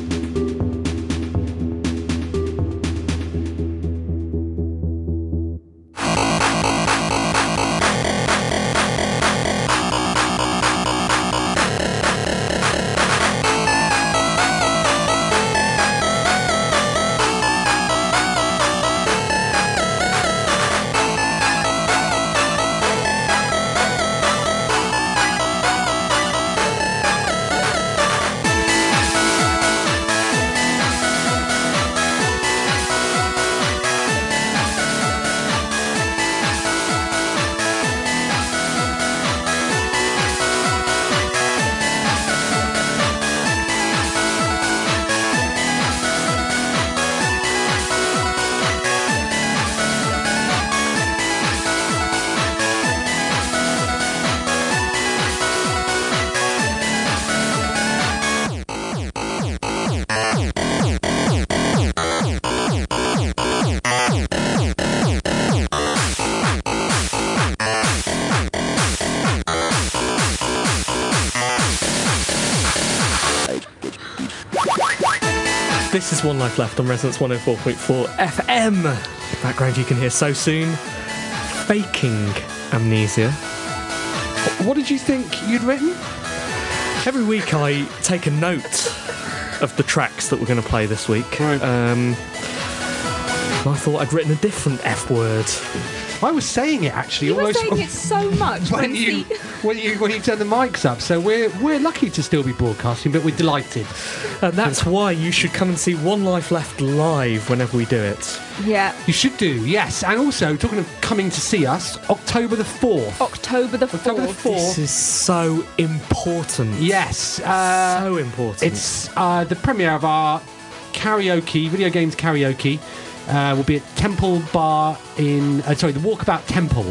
Speaker 3: This is One oh Life Left on Resonance 104.4 FM. Background you can hear so soon. Faking amnesia.
Speaker 2: What did you think you'd written?
Speaker 3: Every week I take a note of the tracks that we're going to play this week.
Speaker 2: Right.
Speaker 3: Um, and I thought I'd written a different F word.
Speaker 2: I was saying it actually.
Speaker 4: You were
Speaker 2: almost
Speaker 4: saying it so much
Speaker 2: when
Speaker 4: when
Speaker 2: you
Speaker 4: the-
Speaker 2: when you when you turn the mics up. So we're we're lucky to still be broadcasting, but we're delighted.
Speaker 3: And Uh, that's why you should come and see One Life Left live whenever we do it.
Speaker 4: Yeah.
Speaker 2: You should do, yes. And also, talking of coming to see us, October the fourth.
Speaker 4: October the 4th.
Speaker 2: October the
Speaker 3: This
Speaker 2: fourth.
Speaker 3: is so important.
Speaker 2: Yes. Uh,
Speaker 3: so important.
Speaker 2: It's uh, the premiere of our karaoke, video games karaoke. Uh, will be at Temple Bar in, uh, sorry, the Walkabout Temple,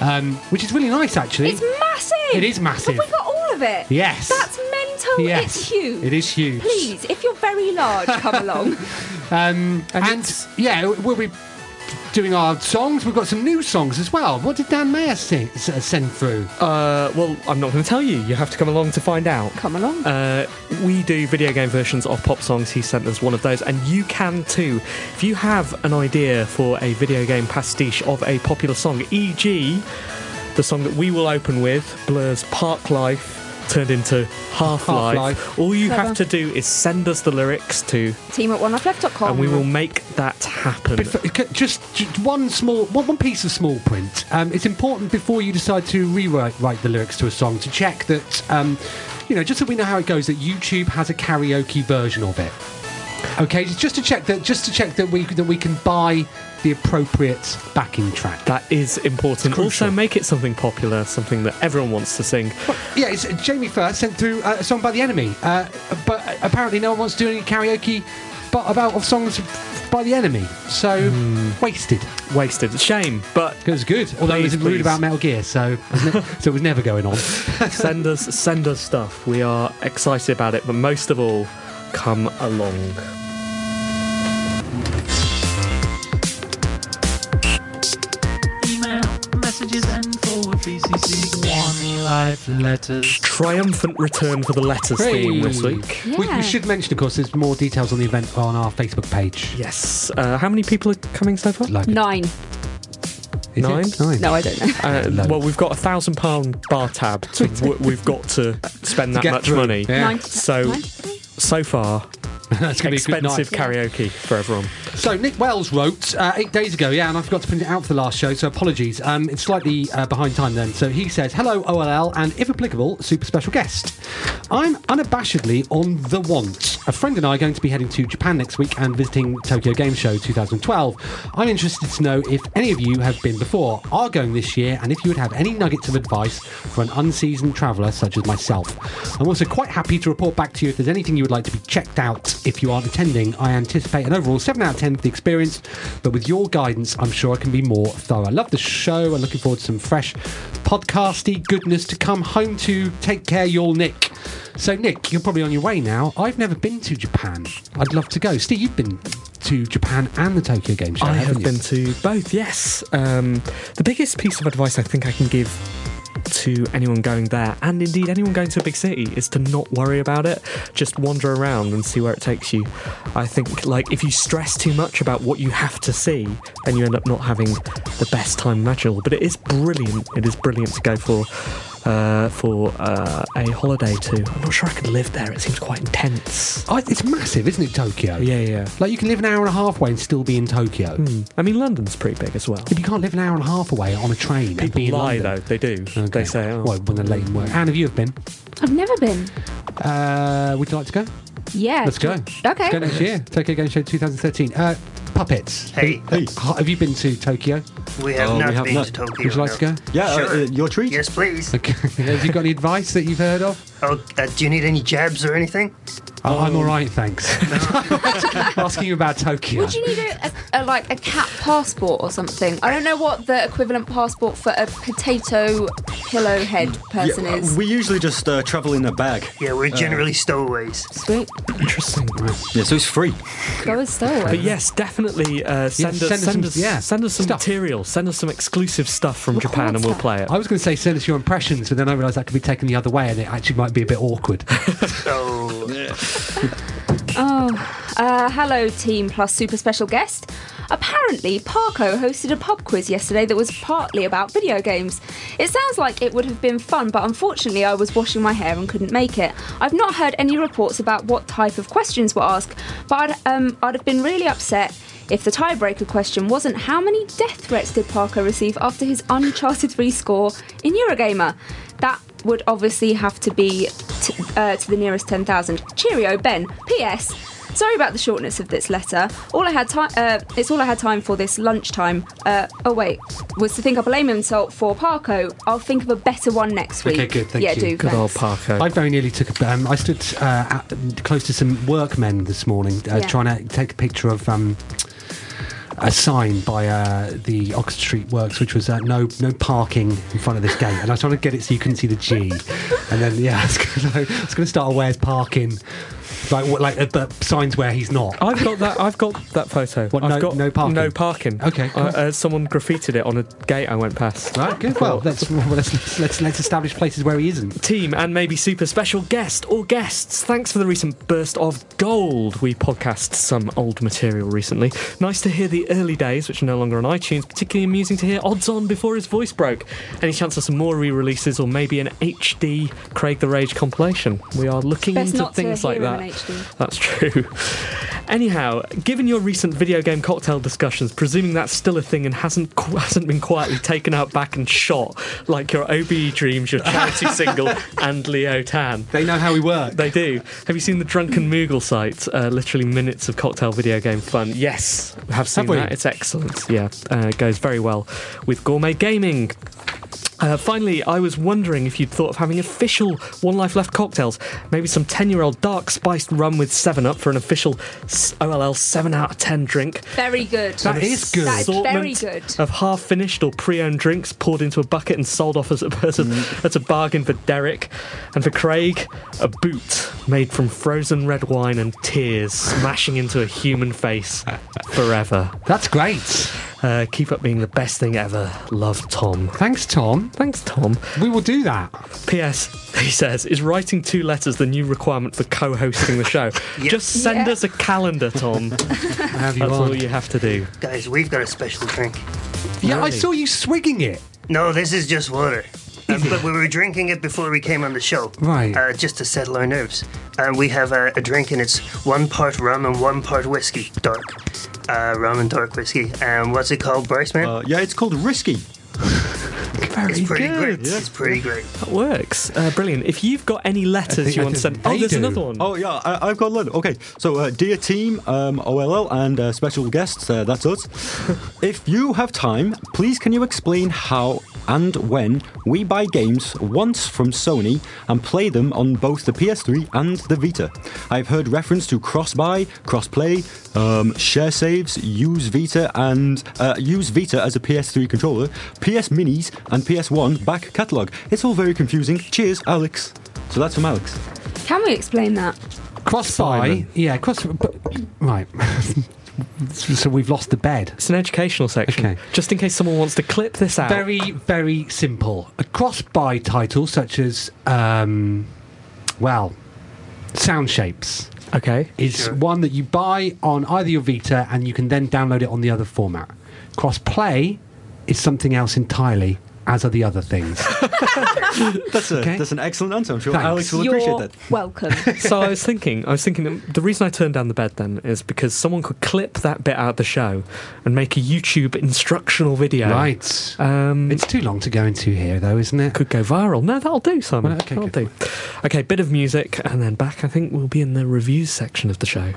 Speaker 2: um, which is really nice actually.
Speaker 4: It's massive.
Speaker 2: It is massive.
Speaker 4: Have we got all of it?
Speaker 2: Yes.
Speaker 4: That's mental.
Speaker 2: yes,
Speaker 4: It's huge.
Speaker 2: It is huge.
Speaker 4: Please, if you're very large, come along.
Speaker 2: Um, and
Speaker 3: it's-
Speaker 2: yeah, we'll be doing our songs. We've got some new songs as well. What did Dan Mayer sing, s- uh, send through?
Speaker 3: Uh, well, I'm not going to tell you. You have to come along to find out.
Speaker 4: Come along.
Speaker 3: Uh, we do video game versions of pop songs. He sent us one of those, and you can too. If you have an idea for a video game pastiche of a popular song, e.g., the song that we will open with, Blur's Park Life, turned into Half Life,
Speaker 2: Half-Life.
Speaker 3: all you
Speaker 4: Clever.
Speaker 3: have to do is send us the lyrics to,
Speaker 4: Team at onelifeleft.com.
Speaker 3: and we will make that happen.
Speaker 2: Bef- uh, c- just, just one small, one, one piece of small print. Um, it's important before you decide to rewrite write the lyrics to a song to check that, um, you know, just so we know how it goes. That YouTube has a karaoke version of it. Okay, just- just to check that, just to check that we that we can buy the appropriate backing track.
Speaker 3: That is important.
Speaker 2: crucial.
Speaker 3: Also, make it something popular, something that everyone wants to sing.
Speaker 2: Yeah, it's uh, Jamie Firth sent through uh, a song by The Enemy, uh, but apparently no one wants to do any karaoke but about of songs by The Enemy. So wasted.
Speaker 3: Wasted. Shame, but
Speaker 2: It was good, although it was
Speaker 3: Please,
Speaker 2: rude
Speaker 3: please.
Speaker 2: about Metal Gear, so wasn't it- so it was never going on.
Speaker 3: send us send us stuff. We are excited about it, but most of all, come along.
Speaker 9: email, messages, and forward BCC. One life letters.
Speaker 3: Triumphant return for the letters theme this
Speaker 2: Hey.
Speaker 3: week.
Speaker 2: We,
Speaker 4: Yeah.
Speaker 2: we should mention, of course, there's more details on the event on our Facebook page.
Speaker 3: Yes. Uh, how many people are coming so far?
Speaker 2: Like
Speaker 4: Nine.
Speaker 2: Is it?
Speaker 3: Nine?
Speaker 2: Nine.
Speaker 4: No, I don't know.
Speaker 3: Uh,
Speaker 2: Loads.
Speaker 3: well, we've got a thousand pound bar tab. To, w- we've got to spend that
Speaker 2: get
Speaker 3: much
Speaker 2: through.
Speaker 3: money.
Speaker 2: Yeah.
Speaker 4: Nine-
Speaker 3: So-
Speaker 4: nine?
Speaker 3: So far,
Speaker 2: That's going to be a good
Speaker 3: expensive
Speaker 2: night.
Speaker 3: karaoke for everyone.
Speaker 2: So Nick Wells wrote uh, eight days ago, yeah, and I forgot to print it out for the last show, so apologies. Um, it's slightly uh, behind time then. So he says, "Hello OLL, and if applicable, super special guest. I'm unabashedly on the want." a friend and I are going to be heading to Japan next week and visiting Tokyo Game Show 2012. I'm interested to know if any of you have been before, are going this year, and if you would have any nuggets of advice for an unseasoned traveller such as myself. I'm also quite happy to report back to you if there's anything you would like to be checked out if you aren't attending. I anticipate an overall 7 out of 10 for the experience, but with your guidance, I'm sure I can be more thorough. I love the show. I'm looking forward to some fresh podcasty goodness to come home to. Take care, y'all, Nick. So, Nick, you're probably on your way now. I've never been to Japan. I'd love to go. Steve, you've been to Japan and the Tokyo Game Show.
Speaker 3: I
Speaker 2: haven't
Speaker 3: have
Speaker 2: you?
Speaker 3: been to both, yes. Um, the biggest piece of advice I think I can give to anyone going there, and indeed anyone going to a big city, is to not worry about it. Just wander around and see where it takes you. I think, like, if you stress too much about what you have to see, then you end up not having the best time imaginable. But it is brilliant. It is brilliant to go for. Uh, for uh, a holiday too. I'm not sure I could live there. It seems quite intense.
Speaker 2: I, it's massive, isn't it, Tokyo?
Speaker 3: Yeah, Hmm. yeah.
Speaker 2: Like you can live an hour and a half away and still be in Tokyo.
Speaker 3: I mean, London's pretty big as well.
Speaker 2: If you can't live an hour and a half away on a train, and be in
Speaker 3: People lie
Speaker 2: London.
Speaker 3: though. They do. They say, oh,
Speaker 2: Well, when they're late in work. Anne, have you have been?
Speaker 4: I've never been.
Speaker 2: Uh, would you like to go?
Speaker 4: Yeah.
Speaker 2: Let's go.
Speaker 4: Okay.
Speaker 2: Let's go next year. Tokyo Game Show 2013. Uh, puppets.
Speaker 5: Hey.
Speaker 2: Have you- uh, have you been to Tokyo?
Speaker 5: We have
Speaker 6: Oh, we
Speaker 5: not
Speaker 6: have
Speaker 5: been
Speaker 6: not.
Speaker 5: to Tokyo.
Speaker 2: Would you like to
Speaker 5: no.
Speaker 2: go?
Speaker 6: Yeah,
Speaker 5: Sure.
Speaker 6: uh, uh, your treat.
Speaker 5: Yes, please.
Speaker 2: Okay. have you got any advice that you've heard of?
Speaker 5: Oh, uh, do you need any jabs or anything?
Speaker 2: Oh,
Speaker 3: Um,
Speaker 2: I'm all right, thanks. Asking you about Tokyo.
Speaker 4: Would you need a, a, a like a cat passport or something? I don't know what the equivalent passport for a potato pillow head
Speaker 6: Yeah,
Speaker 4: person
Speaker 6: uh,
Speaker 4: is.
Speaker 6: we usually just uh, travel in a bag.
Speaker 5: Yeah, we're generally stowaways.
Speaker 4: Sweet,
Speaker 3: interesting.
Speaker 6: Yeah, so it's free.
Speaker 4: go as stowaway.
Speaker 3: But yes, definitely uh,
Speaker 2: send
Speaker 3: send, us,
Speaker 2: us some-
Speaker 3: send, us,
Speaker 2: yeah,
Speaker 3: send us some
Speaker 2: stuff.
Speaker 3: material. Send us some exclusive stuff from Japan, and we'll play it.
Speaker 2: I was going to say send us your impressions, but then I realised that could be taken the other way, and it actually might be a bit awkward.
Speaker 5: So,
Speaker 4: Uh, hello, Team Plus super special guest. Apparently, Parko hosted a pub quiz yesterday that was partly about video games. It sounds like it would have been fun, but unfortunately, I was washing my hair and couldn't make it. I've not heard any reports about what type of questions were asked, but I'd, um, I'd have been really upset if the tiebreaker question wasn't how many death threats did Parko receive after his Uncharted 3 score in Eurogamer? That would obviously have to be t- uh, to the nearest 10,000. Cheerio, Ben. P.S. Sorry about the shortness of this letter. All I had time, uh, it's all I had time for this lunchtime. Uh, oh wait, was to think up a lame insult for Parko. I'll think of a better one next week.
Speaker 2: Okay, good, thank
Speaker 4: yeah,
Speaker 2: you.
Speaker 4: do
Speaker 2: Good
Speaker 3: Good
Speaker 4: thanks.
Speaker 3: old Parker.
Speaker 2: I very nearly took. A, um, I stood uh, at, close to some workmen this morning, uh,
Speaker 4: Yeah.
Speaker 2: trying to take a picture of um, a sign by uh, the Oxford Street Works, which was uh, no no parking in front of this gate. And I was trying to get it so you couldn't see the G. and then yeah, I was going to start a where's parking, like what, like uh, the signs where he's not.
Speaker 3: I've got that. I've got that photo.
Speaker 2: What,
Speaker 3: I've
Speaker 2: no-
Speaker 3: got
Speaker 2: no parking?
Speaker 3: No parking.
Speaker 2: Okay,
Speaker 3: Uh,
Speaker 2: cool.
Speaker 3: uh, someone graffitied it on a gate I went past.
Speaker 2: Right, good. Well, let's, well let's, let's let's establish places where he isn't.
Speaker 3: Team and maybe super special guest or guests, thanks for the recent burst of gold. We podcast some old material recently. Nice to hear the early days, which are no longer on iTunes. Particularly amusing to hear odds on before his voice broke. Any chance of some more re releases or maybe an HD Craig the Rage compilation? We are looking
Speaker 4: Best
Speaker 3: into
Speaker 4: not to
Speaker 3: things like
Speaker 4: hear
Speaker 3: that.
Speaker 4: him in HD.
Speaker 3: That's true. Anyhow, given your recent video game cocktail discussions, presuming that's still a thing and hasn't qu- hasn't been quietly taken out back and shot like your OBE dreams, your charity single, and Leo Tan.
Speaker 2: They know how we work.
Speaker 3: They do. Have you seen the Drunken Moogle site? Uh, literally minutes of cocktail video game fun. Yes, we have seen
Speaker 2: Have we?
Speaker 3: that. It's excellent. Yeah, uh, it goes very well with gourmet gaming. Uh, finally, I was wondering if you'd thought of having official One Life Left cocktails. Maybe some 10 year old dark spiced rum with 7 Up for an official s- OLL 7 out of 10 drink.
Speaker 4: Very good.
Speaker 2: That is good.
Speaker 4: That is very
Speaker 3: Assortment Uh,
Speaker 4: good.
Speaker 3: Of half finished or pre owned drinks poured into a bucket and sold off as a, as, a,
Speaker 2: Mm.
Speaker 3: as a bargain for Derek. And for Craig, a boot made from frozen red wine and tears smashing into a human face forever.
Speaker 2: That's great.
Speaker 3: Uh, keep up being the best thing ever. Love, Tom.
Speaker 2: Thanks, Tom.
Speaker 3: Thanks, Tom.
Speaker 2: We will do that.
Speaker 3: P.S. He says, is writing two letters the new requirement for co hosting the show? Just send
Speaker 4: Yeah.
Speaker 3: us a calendar, Tom. That's
Speaker 2: Have you
Speaker 3: all
Speaker 2: on.
Speaker 3: you have to do.
Speaker 5: guys, we've got a special drink.
Speaker 2: Yeah, I
Speaker 3: Really?
Speaker 2: saw you swigging it.
Speaker 5: No, this is just water. Uh, but we were drinking it before we came on the show.
Speaker 2: Right.
Speaker 5: Uh, just to settle our nerves. And we have a, a drink, and it's one part rum and one part whiskey. Dark. Um, Uh, rum and dark whiskey. And what's it called, Bryce, man?
Speaker 6: Uh, yeah, it's called risky.
Speaker 3: Very
Speaker 5: It's pretty
Speaker 3: good.
Speaker 5: great. It's pretty great.
Speaker 3: That works. Uh, brilliant. If you've got any letters
Speaker 6: think
Speaker 3: you
Speaker 6: I
Speaker 3: want to
Speaker 6: did-
Speaker 3: send, oh,
Speaker 6: they
Speaker 3: there's
Speaker 6: do.
Speaker 3: another one.
Speaker 6: Oh yeah, I, I've got a lot. Okay, so uh, dear team, um, OLL, and uh, special guests, uh, that's us. if you have time, please can you explain how and when we buy games once from Sony and play them on both the PS3 and the Vita? I've heard reference to cross-buy, cross-play, um, share saves, use Vita and uh, use Vita as a PS3 controller, PS Minis, and PS1 back catalogue. It's all very confusing. Cheers, Alex. So that's from Alex.
Speaker 4: Can we explain that?
Speaker 2: Cross by,
Speaker 6: Simon.
Speaker 2: yeah, cross. But, right, so we've lost the bed.
Speaker 3: It's an educational section.
Speaker 2: Okay.
Speaker 3: Just in case someone wants to clip this out.
Speaker 2: Very, very simple. A cross by title such as, um, well, sound shapes.
Speaker 3: okay.
Speaker 2: is one that you buy on either your Vita and you can then download it on the other format. Cross play is something else entirely, as are the other things.
Speaker 6: That's a,
Speaker 2: Okay.
Speaker 6: that's an excellent answer. I'm sure
Speaker 2: Thanks.
Speaker 6: Alex will
Speaker 4: You're
Speaker 6: appreciate that.
Speaker 4: welcome.
Speaker 3: so I was thinking, I was thinking that the reason I turned down the bed then is because someone could clip that bit out of the show and make a YouTube instructional video.
Speaker 2: Right.
Speaker 3: Um,
Speaker 2: it's too long to go into here, though, isn't it?
Speaker 3: could go viral. No, that'll do, Simon.
Speaker 2: Well, okay,
Speaker 3: that'll
Speaker 2: good.
Speaker 3: do. Okay, bit of music and then back. I think we'll be in the reviews section of the show.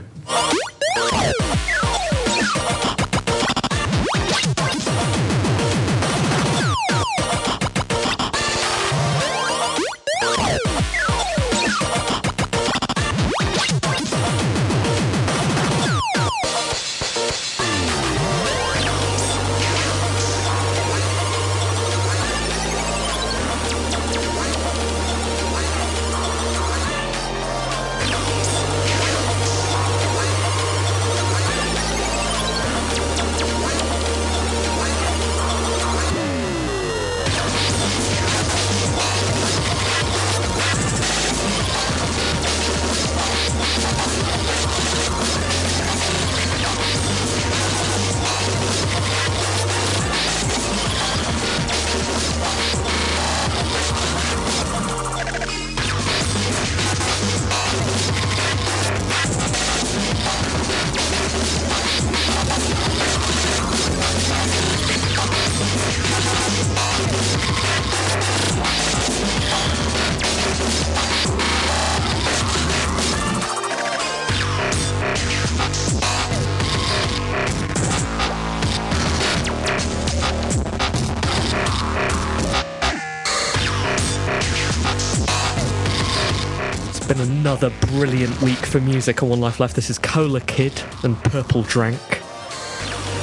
Speaker 3: It's been another brilliant week for music on One Life Left. This is Cola Kid and Purple Drank.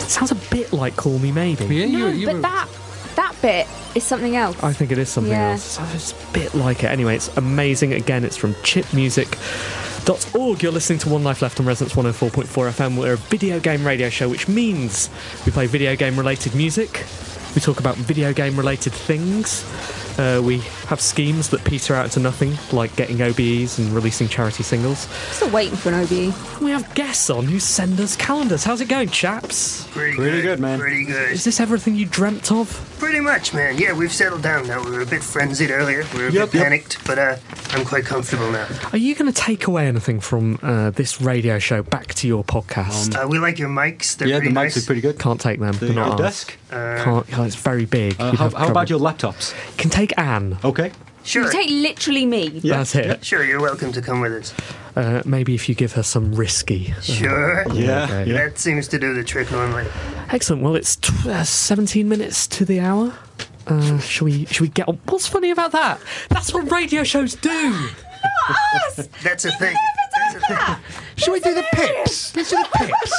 Speaker 3: Sounds a bit like Call Me Maybe.
Speaker 2: Yeah,
Speaker 4: no,
Speaker 2: you, you
Speaker 4: but
Speaker 2: were-
Speaker 4: that that bit is something else.
Speaker 3: I think it is something
Speaker 4: Yeah.
Speaker 3: else. It's a bit like it. Anyway, it's amazing. Again, it's from chipmusic.org. You're listening to One oh Life Left on Resonance 104.4 FM. We're a video game radio show, which means we play video game related music. We talk about video game related things. Uh, we have schemes that peter out to nothing, like getting OBEs and releasing charity singles.
Speaker 4: Still waiting for an E. OBE.
Speaker 3: We have guests on who send us calendars. How's it going, chaps?
Speaker 5: Pretty,
Speaker 6: Pretty
Speaker 5: good,
Speaker 6: good, man.
Speaker 5: Pretty good.
Speaker 3: Is this everything you dreamt of?
Speaker 5: Pretty much, man. Yeah, we've settled down now. We were a bit frenzied earlier. We were a
Speaker 6: Yep,
Speaker 5: bit
Speaker 6: yep.
Speaker 5: panicked, but uh, I'm quite comfortable now.
Speaker 3: Are you going to take away anything from uh, this radio show back to your podcast?
Speaker 5: Uh, we like your mics. They're
Speaker 6: yeah, the
Speaker 5: pretty
Speaker 6: mics
Speaker 5: nice.
Speaker 6: are pretty good.
Speaker 3: Can't take them.
Speaker 6: Um, The
Speaker 3: They're not
Speaker 6: your
Speaker 3: ours.
Speaker 6: desk.
Speaker 3: Can't. oh, it's very big.
Speaker 6: Uh,
Speaker 3: You'd
Speaker 6: how
Speaker 3: have
Speaker 6: how about
Speaker 3: trouble.
Speaker 6: your laptops?
Speaker 3: Can take Anne.
Speaker 6: Okay.
Speaker 5: Sure.
Speaker 4: You take literally me.
Speaker 6: Yeah,
Speaker 3: That's it.
Speaker 5: Sure, you're welcome to come with us.
Speaker 3: Uh, maybe if you give her some risky.
Speaker 5: Sure.
Speaker 6: Yeah,
Speaker 3: Okay.
Speaker 6: yeah.
Speaker 5: That seems to do the trick normally.
Speaker 3: Excellent. Well, it's t- uh, 17 minutes to the hour. Uh, shall we? Shall we get on? What's funny about that? That's what radio shows do.
Speaker 5: That's a thing. That's a thing.
Speaker 2: Shall we do the pips? Let's do the pips.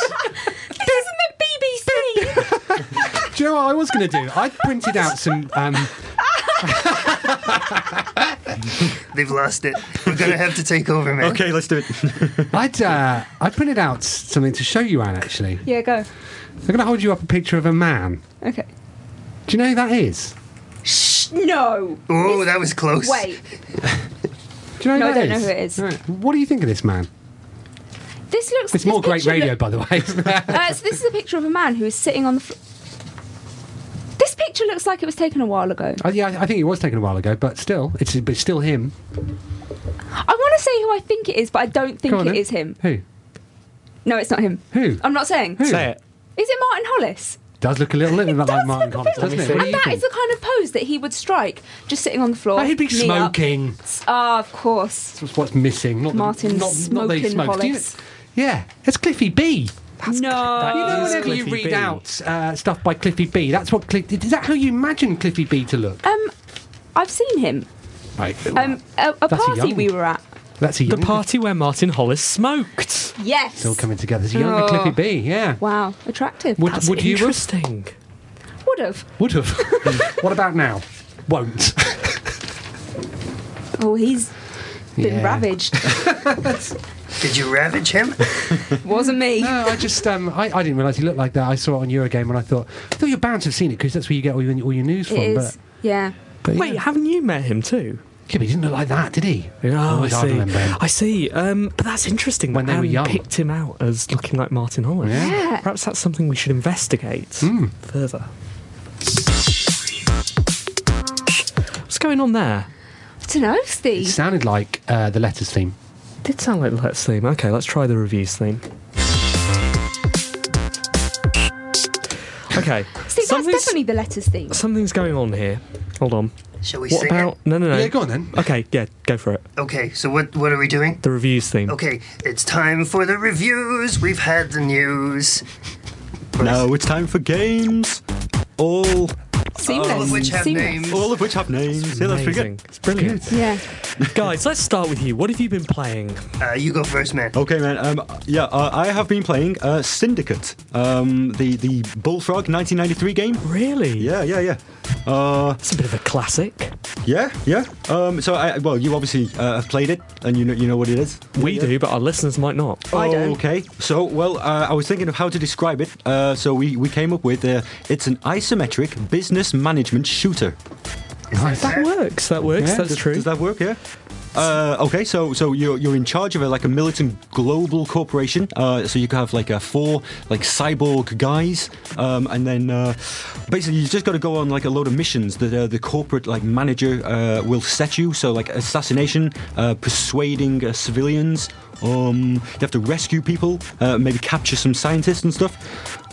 Speaker 4: This isn't the BBC.
Speaker 2: do you know what I was going to do? I printed out some. Um,
Speaker 5: They've lost it. We're gonna have to take over, man.
Speaker 6: Okay, let's do it.
Speaker 2: I'd uh, I printed out s- something to show you, Anne. Actually,
Speaker 4: yeah, go.
Speaker 2: I'm going to hold you up a picture of a man.
Speaker 4: Okay.
Speaker 2: Do you know who that is?
Speaker 4: Shh, no.
Speaker 5: Oh, that was close.
Speaker 4: Wait.
Speaker 2: Do you know
Speaker 4: No,
Speaker 2: who that
Speaker 4: I don't know
Speaker 2: is?
Speaker 4: who it is.
Speaker 2: Right. What do you think of this man?
Speaker 4: This looks.
Speaker 2: It's
Speaker 4: this
Speaker 2: more great
Speaker 4: picture
Speaker 2: radio,
Speaker 4: look-
Speaker 2: by the way. isn't it?
Speaker 4: uh, so this is a picture of a man who is sitting on the. Fr- this picture looks like it was taken a while ago.
Speaker 2: Uh, yeah, I- I think it was taken a while ago, but still, it's but it's still him.
Speaker 4: I want to say who I think it is, but I don't think
Speaker 2: Go on
Speaker 4: it
Speaker 2: then.
Speaker 4: is him. Um,
Speaker 2: Who?
Speaker 4: No, it's not him.
Speaker 2: Who?
Speaker 4: I'm not saying.
Speaker 2: Who?
Speaker 3: Say it.
Speaker 4: Is it Martin Hollis?
Speaker 2: does look a little bit like
Speaker 4: does
Speaker 2: Martin
Speaker 4: look
Speaker 2: Collins,
Speaker 4: a
Speaker 2: doesn't
Speaker 4: bit
Speaker 2: it? What do
Speaker 4: like
Speaker 2: you
Speaker 4: that. That
Speaker 2: think?
Speaker 4: is the kind of pose that he would strike, just sitting on the floor.
Speaker 2: Oh, he'd be
Speaker 4: knee up.
Speaker 2: smoking.
Speaker 4: Ah, of course.
Speaker 2: That's what's missing. Not
Speaker 4: Martin
Speaker 2: the, not, not they
Speaker 4: smoking
Speaker 2: smoke. Do you-
Speaker 4: Hollis.
Speaker 2: yeah, it's Cliffy B.
Speaker 4: no.
Speaker 2: You know,
Speaker 3: is
Speaker 2: whenever you
Speaker 3: Cliffy
Speaker 2: read
Speaker 3: B.
Speaker 2: out uh, stuff by Cliffy B, that's what Cliff, is that how you imagine Cliffy B to look?
Speaker 4: um, I've seen him.
Speaker 2: Right.
Speaker 4: Um, a, a
Speaker 2: That's a
Speaker 4: party
Speaker 2: young-
Speaker 4: we were at.
Speaker 2: that's a
Speaker 3: The
Speaker 2: young
Speaker 3: party where Martin Hollis smoked.
Speaker 4: Yes.
Speaker 2: still coming together. It's a younger
Speaker 4: Oh.
Speaker 2: Cliffy B. Yeah.
Speaker 4: Wow, attractive.
Speaker 2: Would
Speaker 3: That's
Speaker 2: would you have?
Speaker 3: interesting.
Speaker 4: Would have.
Speaker 2: Would have. what about now? Won't.
Speaker 4: Oh, he's been
Speaker 2: Yeah.
Speaker 4: ravaged.
Speaker 5: Did you ravage him?
Speaker 4: Wasn't me.
Speaker 2: No, I just um, I, I didn't realise he looked like that. I saw it on Eurogame and I thought I thought you're bound to have seen it because that's where you get all your, all your news
Speaker 4: It
Speaker 2: from.
Speaker 4: is. Yeah.
Speaker 2: But, but
Speaker 3: Wait,
Speaker 2: yeah.
Speaker 3: haven't you met him too?
Speaker 2: Yeah, but he didn't look like that, did he?
Speaker 3: Oh, I
Speaker 2: Always hard to
Speaker 3: see.
Speaker 2: remember him.
Speaker 3: I see. Um, but that's interesting.
Speaker 2: When
Speaker 3: that
Speaker 2: they were
Speaker 3: Anne
Speaker 2: young.
Speaker 3: picked him out as looking like Martin Hollis.
Speaker 2: Yeah. Hmm.
Speaker 4: Yeah.
Speaker 3: Perhaps that's something we should investigate further. What's going on there?
Speaker 4: I don't know,
Speaker 2: It
Speaker 4: Steve.
Speaker 2: sounded like uh, the letters theme.
Speaker 3: Did sound like Let's theme. Okay, let's try the reviews theme. Okay,
Speaker 4: Steve, that's
Speaker 3: something's-
Speaker 4: definitely the letters theme.
Speaker 3: something's going on here. Hold on.
Speaker 5: Shall we
Speaker 3: What
Speaker 5: sing
Speaker 3: about? No, no, no.
Speaker 2: Yeah, go on then.
Speaker 3: Okay, yeah, go for it.
Speaker 5: it? Okay, so what, what are we doing?
Speaker 3: The reviews theme.
Speaker 5: Okay, it's time for the reviews. We've had the news.
Speaker 6: Now it's time for games. All,
Speaker 4: Seamless.
Speaker 5: All of which have
Speaker 4: Seamless.
Speaker 5: names.
Speaker 6: all of which have names. yeah, that's pretty
Speaker 3: Amazing.
Speaker 6: good.
Speaker 3: It's brilliant.
Speaker 4: Yeah.
Speaker 3: Guys, let's start with you. What have you been playing?
Speaker 5: Uh, you go first, man.
Speaker 3: Oh,
Speaker 6: Okay, man. Um, yeah, uh, I have been playing uh, Syndicate, um, the the Bullfrog 1993 game.
Speaker 3: Really?
Speaker 6: Yeah, yeah, yeah. Uh,
Speaker 3: It's a bit of a classic.
Speaker 6: yeah, yeah. Um, so, I, well, you obviously uh, have played it, and you know you know what it is.
Speaker 3: We
Speaker 6: Yeah. Oh,
Speaker 3: do, but our listeners might not.
Speaker 4: I don't.
Speaker 6: Okay, so well, uh, I was thinking of how to describe it. Uh, so we, we came up with uh, it's an isometric business management shooter.
Speaker 2: Nice.
Speaker 3: That works. That works.
Speaker 2: Yeah,
Speaker 3: That's
Speaker 6: Does,
Speaker 3: true.
Speaker 6: does that work? Yeah. Uh, okay, so so you're you're in charge of a, like a militant global corporation. Uh, so you can have like uh, four like cyborg guys, um, and then uh, basically you just got to go on like a load of missions that uh, the corporate like manager uh, will set you. So like assassination, uh, persuading uh, civilians. Um, you have to rescue people, uh, maybe capture some scientists and stuff.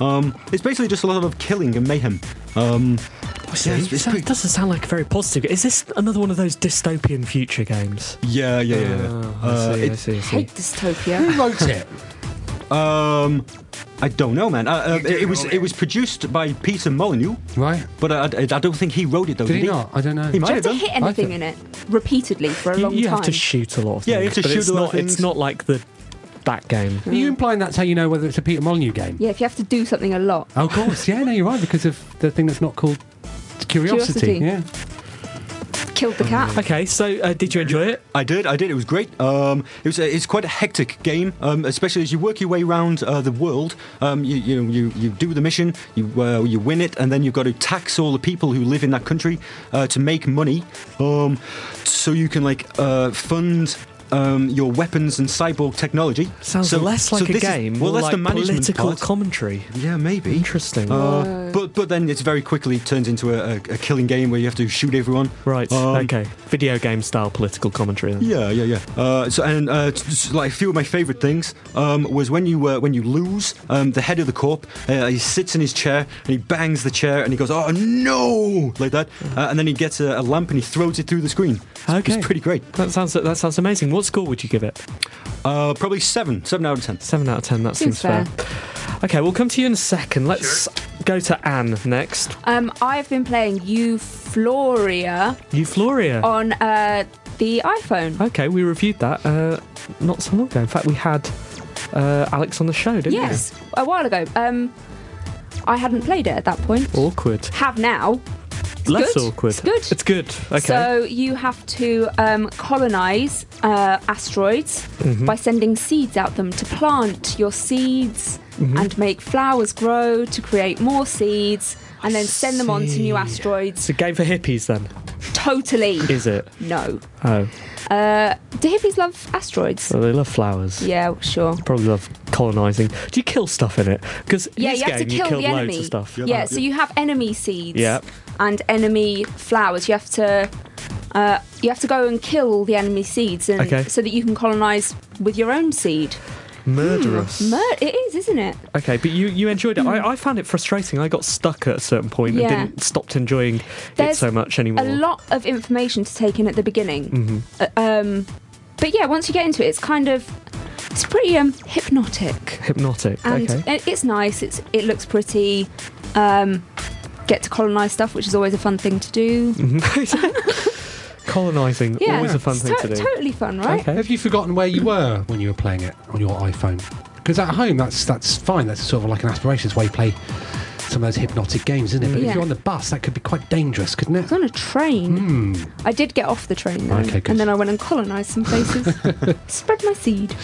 Speaker 6: Um, it's basically just a lot of killing and mayhem. Um, yeah, it's- it's
Speaker 3: Sounds-
Speaker 6: pretty-
Speaker 3: doesn't sound like a very positive. Is this another one of those dystopian future games? Ah,
Speaker 6: yeah, yeah, yeah. yeah.
Speaker 3: I
Speaker 6: Uh,
Speaker 3: see, I
Speaker 6: it-
Speaker 3: see, I
Speaker 4: I
Speaker 3: see.
Speaker 4: hate dystopia.
Speaker 2: Who wrote it?
Speaker 6: Um, I don't know, man. Uh, uh,
Speaker 5: You do
Speaker 6: it, it was
Speaker 5: know,
Speaker 6: it was produced by Peter Molyneux,
Speaker 2: Right.
Speaker 6: but I, I, I don't think he wrote it though.
Speaker 2: Did
Speaker 6: Did,
Speaker 2: he not? I don't know.
Speaker 6: He
Speaker 4: Do you
Speaker 6: might
Speaker 4: have
Speaker 6: have done.
Speaker 4: to hit
Speaker 2: I
Speaker 4: anything
Speaker 2: think-
Speaker 4: in it repeatedly for a
Speaker 3: You,
Speaker 4: long
Speaker 3: you
Speaker 4: time?
Speaker 3: have to shoot a lot of things.
Speaker 6: Yeah, you have to
Speaker 3: but
Speaker 6: shoot
Speaker 3: it's
Speaker 6: a lot
Speaker 3: not,
Speaker 6: of
Speaker 3: It's
Speaker 6: things.
Speaker 3: not like the that game.
Speaker 2: Are you implying that's how you know whether it's a Peter Molyneux game?
Speaker 4: Yeah, if you have to do something a lot.
Speaker 2: Oh, of course. Yeah, no, you're right because of the thing that's not called curiosity.
Speaker 4: Curiosity.
Speaker 2: Yeah.
Speaker 4: Killed the cat.
Speaker 3: Okay, so uh, did you enjoy it?
Speaker 6: I did, I did. It was great. Um, it was it's quite a hectic game, um, especially as you work your way around uh, the world. Um, you, you you you do the mission, you uh, you win it, and then you've got to tax all the people who live in that country uh, to make money, um, so you can like uh, fund. Um, your weapons and cyborg technology
Speaker 3: Sounds
Speaker 6: so,
Speaker 3: less
Speaker 6: so
Speaker 3: like a
Speaker 6: this is-
Speaker 3: game,
Speaker 6: well,
Speaker 3: more
Speaker 6: that's
Speaker 3: like
Speaker 6: the management
Speaker 3: political
Speaker 6: part.
Speaker 3: commentary.
Speaker 6: yeah, maybe.
Speaker 3: Interesting.
Speaker 6: Uh, but but then it's very quickly turns into a, a, a killing game where you have to shoot everyone.
Speaker 3: right.
Speaker 6: Um,
Speaker 3: okay. Video game style political commentary. Then.
Speaker 6: Yeah, yeah, yeah. Uh, so and uh, t- t- like a few of my favourite things um, was when you uh, when you lose, um, the head of the corp uh, he sits in his chair and he bangs the chair and he goes, "Oh no!" like that, uh, and then he gets a, a lamp and he throws it through the screen. It's-
Speaker 3: Uh-huh. Okay.
Speaker 6: it's pretty great.
Speaker 3: That sounds that sounds amazing. What score would you give it?
Speaker 6: Uh, probably seven, seven out of ten.
Speaker 3: Seven out of ten. That
Speaker 4: Seems
Speaker 3: seems, fair. Okay, we'll come to you in a second. Let's go to Anne next.
Speaker 4: Um, I've been playing Euphoria
Speaker 3: Euphoria.
Speaker 4: on uh, the iPhone.
Speaker 3: Okay, we reviewed that uh, not so long ago. In fact, we had uh, Alex on the show, didn't
Speaker 4: Yes, a while ago. Um, I hadn't played it at that point.
Speaker 3: we? Awkward.
Speaker 4: Have now.
Speaker 3: Less
Speaker 4: good.
Speaker 3: awkward.
Speaker 4: It's good.
Speaker 3: It's good. Okay.
Speaker 4: So you have to um, colonize uh, asteroids
Speaker 3: Mm-hmm.
Speaker 4: by sending seeds out them to plant your seeds
Speaker 3: Mm-hmm.
Speaker 4: and make flowers grow to create more seeds and then send them on to new
Speaker 3: see.
Speaker 4: asteroids.
Speaker 3: it's a game for hippies, then,
Speaker 4: Totally.
Speaker 3: is it?
Speaker 4: No.
Speaker 3: Oh,
Speaker 4: Uh, do hippies love asteroids?
Speaker 3: well, they love flowers.
Speaker 4: Yeah, sure.
Speaker 3: Probably love colonising. Do you kill stuff in it? Because
Speaker 4: Yeah,
Speaker 3: his
Speaker 4: you
Speaker 3: game,
Speaker 4: have to
Speaker 3: you
Speaker 4: kill
Speaker 3: killed
Speaker 4: the
Speaker 3: loads
Speaker 4: enemy.
Speaker 3: of stuff.
Speaker 4: Yeah, so you have enemy seeds
Speaker 3: Yeah.
Speaker 4: and enemy flowers. You have to uh, you have to go and kill the enemy seeds and
Speaker 3: Okay.
Speaker 4: so that you can colonize with your own seed.
Speaker 3: Murderous.
Speaker 4: Mur- it is, isn't it?
Speaker 3: okay, but you, you enjoyed it. I, I found it frustrating. I got stuck at a certain point
Speaker 4: Hmm. Yeah.
Speaker 3: and didn't stopped enjoying it
Speaker 4: There's
Speaker 3: so much anymore.
Speaker 4: A lot of information to take in at the beginning.
Speaker 3: Mm-hmm.
Speaker 4: Uh, um, but yeah, once you get into it, it's kind of it's pretty um, hypnotic,
Speaker 3: Hypnotic.
Speaker 4: and
Speaker 3: okay.
Speaker 4: it- it's nice. It's it looks pretty. Um, get to colonize stuff, which is always a fun thing to do.
Speaker 3: Colonizing.
Speaker 4: Yeah,
Speaker 3: Mm-hmm. Always a fun
Speaker 4: it's
Speaker 3: thing
Speaker 4: to-
Speaker 3: to do.
Speaker 4: Totally fun, right?
Speaker 3: Okay.
Speaker 2: Have you forgotten where you were when you were playing it on your iPhone? Because at home, that's that's fine. That's sort of like an aspiration. It's where you play some of those hypnotic games, isn't it? But if
Speaker 4: Yeah.
Speaker 2: you're on the bus, that could be quite dangerous, couldn't
Speaker 4: I
Speaker 2: it?
Speaker 4: was on a train.
Speaker 3: Hmm.
Speaker 4: I did get off the train though,
Speaker 2: Okay, good.
Speaker 4: and then I went and colonised some places, spread my seed.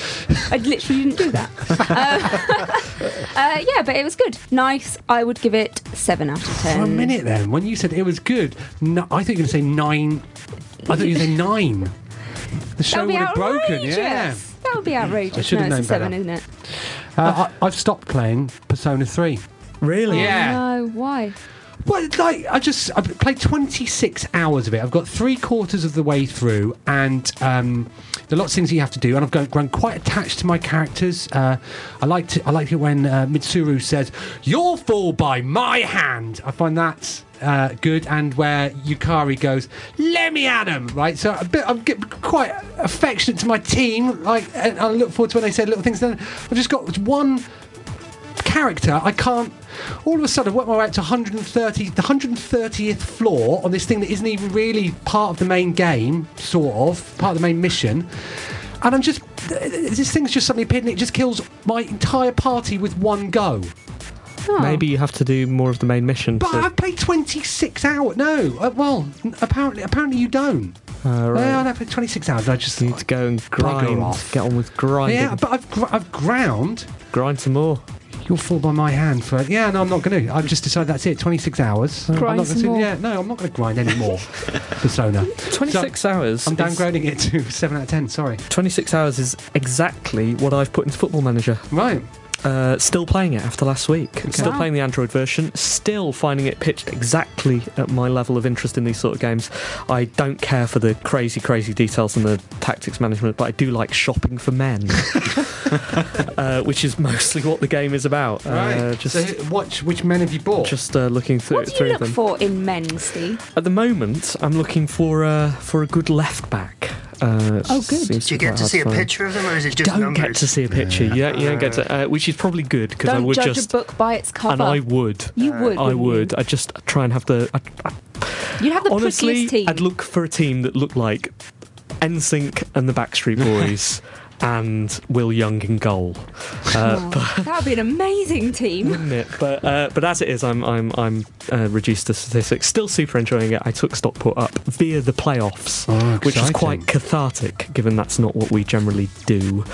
Speaker 4: I literally didn't do that. Uh, uh, yeah, but it was good, nice. I would give it seven out of ten.
Speaker 2: For a minute then, when you said it was good, no, I thought you were going to say nine. I thought you were going to say nine. The
Speaker 4: That
Speaker 2: show
Speaker 4: would be
Speaker 2: would have
Speaker 4: outrageous.
Speaker 2: broken, yeah.
Speaker 4: That would be
Speaker 2: I
Speaker 3: Mm.
Speaker 4: outrageous.
Speaker 2: should
Speaker 4: No,
Speaker 2: have
Speaker 4: it's a
Speaker 2: known
Speaker 4: seven,
Speaker 2: better.
Speaker 4: isn't it?
Speaker 2: Uh, I, I've stopped playing Persona 3.
Speaker 3: Really?
Speaker 2: Yeah.
Speaker 4: No, why?
Speaker 2: Well, like I just I played 26 hours of it. I've got three quarters of the way through, and um, there are lots of things you have to do. And I've grown, grown quite attached to my characters. Uh, I liked it. I liked it when uh, Mitsuru says, "You'll fall by my hand." I find that uh, good, and where Yukari goes, "Let me at him!" Right. So a bit, I'm get quite affectionate to my team. Like, and I look forward to when they say little things. Then I've just got one character I can't all of a sudden work my way up to 130 the 130th floor on this thing that isn't even really part of the main game sort of part of the main mission and I'm just this thing's just suddenly appeared and it just kills my entire party with one go
Speaker 4: Oh.
Speaker 3: Maybe you have to do more of the main mission.
Speaker 2: but
Speaker 3: to-
Speaker 2: I've played 26 hours no uh, well n- apparently apparently you don't
Speaker 3: Ah, right.
Speaker 2: well, I played 26 hours I just
Speaker 3: You need to go and
Speaker 2: Bugger
Speaker 3: grind.
Speaker 2: off.
Speaker 3: Get on with grinding.
Speaker 2: yeah but I've, gr- I've ground
Speaker 3: grind some more.
Speaker 2: You'll fall by my hand for yeah. No, I'm not going to. I've just decided that's it. 26 hours. So I'm
Speaker 4: Grind
Speaker 2: not
Speaker 4: some
Speaker 2: gonna-
Speaker 4: more.
Speaker 2: Yeah, no, I'm not going to grind any more. Persona.
Speaker 3: 26
Speaker 2: So,
Speaker 3: hours.
Speaker 2: I'm
Speaker 3: is-
Speaker 2: downgrading it to seven out of ten. Sorry.
Speaker 3: 26 hours is exactly what I've put into Football Manager.
Speaker 2: Right.
Speaker 3: Uh, still playing it after last week. Still
Speaker 4: Wow.
Speaker 3: playing the Android version. Still finding it pitched exactly at my level of interest in these sort of games. I don't care for the crazy, crazy details and the tactics management, but I do like shopping for men, uh, which is mostly what the game is about. Uh,
Speaker 2: right.
Speaker 3: just
Speaker 2: so watch which men have you bought?
Speaker 3: just uh, looking through
Speaker 4: What do
Speaker 3: through
Speaker 4: you look
Speaker 3: them.
Speaker 4: for in men, Steve?
Speaker 3: At the moment, I'm looking for uh, for a good left back. Uh,
Speaker 4: Oh, good.
Speaker 3: seems
Speaker 4: Did
Speaker 5: Do you
Speaker 3: be
Speaker 5: get
Speaker 3: quite
Speaker 5: to
Speaker 3: hard
Speaker 5: see a
Speaker 3: find.
Speaker 5: picture of them, or is it just
Speaker 3: Don't
Speaker 5: numbers?
Speaker 3: get to see a picture. Yeah, you don't get to, uh, which is probably good because I
Speaker 4: Don't
Speaker 3: would
Speaker 4: judge
Speaker 3: just
Speaker 4: a book by its cover.
Speaker 3: and I would.
Speaker 4: you would.
Speaker 3: I
Speaker 4: wouldn't
Speaker 3: would. I just try and have the. I, I,
Speaker 4: You? would have the
Speaker 3: honestly,
Speaker 4: prettiest teeth.
Speaker 3: I'd look for a team that looked like NSYNC and the Backstreet Boys and Will Young in goal. Uh,
Speaker 4: that would be an amazing team.
Speaker 3: wouldn't it? But uh, but as it is, I'm I'm I'm uh, reduced to statistics. Still super enjoying it. I took Stockport up via the playoffs,
Speaker 2: Oh,
Speaker 3: which is
Speaker 2: exciting.
Speaker 3: quite cathartic, given that's not what we generally do.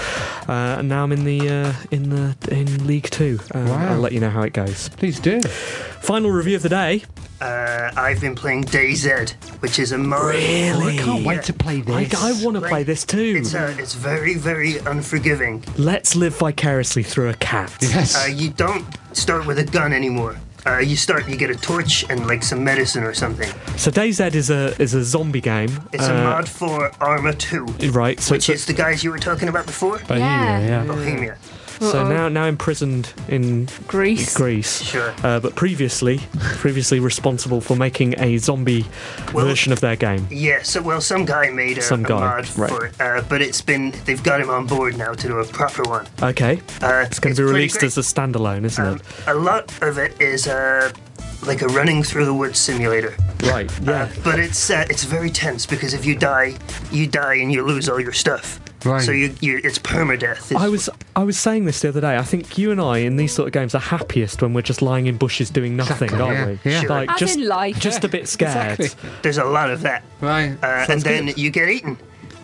Speaker 3: Uh, and now I'm in the uh, in the in League Two. Uh,
Speaker 2: Wow.
Speaker 3: I'll let you know how it goes.
Speaker 2: Please do.
Speaker 3: Final review of the day.
Speaker 5: Uh, I've been playing DayZ, which is a Mario.
Speaker 2: I can't wait to play
Speaker 3: I,
Speaker 2: this.
Speaker 3: I want to play this too.
Speaker 5: It's uh, it's very very unforgiving.
Speaker 3: Let's live vicariously through a cat.
Speaker 2: Yes.
Speaker 5: Uh, you don't start with a gun anymore. Uh, you start. You get a torch and like some medicine or something.
Speaker 3: So DayZ is a is a zombie game.
Speaker 5: It's a
Speaker 3: Uh,
Speaker 5: mod for Arma 2,
Speaker 3: Right. So it's
Speaker 5: which
Speaker 3: a-
Speaker 5: is the guys you were talking about before.
Speaker 4: Yeah.
Speaker 5: Bohemia.
Speaker 3: so
Speaker 4: Uh-oh.
Speaker 3: now now imprisoned in
Speaker 4: Greece.
Speaker 3: Greece.
Speaker 5: Sure.
Speaker 3: Uh, but previously, previously responsible for making a zombie
Speaker 5: Well-
Speaker 3: version of their game.
Speaker 5: Yeah. So well, some guy made a,
Speaker 3: Some
Speaker 5: a
Speaker 3: guy,
Speaker 5: mod
Speaker 3: right.
Speaker 5: for, it, uh, but it's been they've got him on board now to do a proper one.
Speaker 3: Okay.
Speaker 5: Uh,
Speaker 3: It's going to be released as a standalone, isn't
Speaker 5: Um,
Speaker 3: it?
Speaker 5: a lot of it is uh, like a running through the woods simulator.
Speaker 3: Right. Yeah.
Speaker 5: Uh, but it's uh, it's very tense because if you die, you die and you lose all your stuff.
Speaker 2: Right.
Speaker 5: So you, you it's permadeath. It's,
Speaker 3: I was I was saying this the other day. I think you and I in these sort of games are happiest when we're just lying in bushes doing nothing,
Speaker 2: Exactly,
Speaker 3: aren't
Speaker 2: yeah,
Speaker 3: we?
Speaker 2: yeah.
Speaker 5: Sure.
Speaker 3: Like
Speaker 4: As
Speaker 3: just
Speaker 4: in life.
Speaker 3: just a bit scared.
Speaker 2: Exactly.
Speaker 5: there's a lot of that.
Speaker 2: Right.
Speaker 5: Uh, and then you get eaten.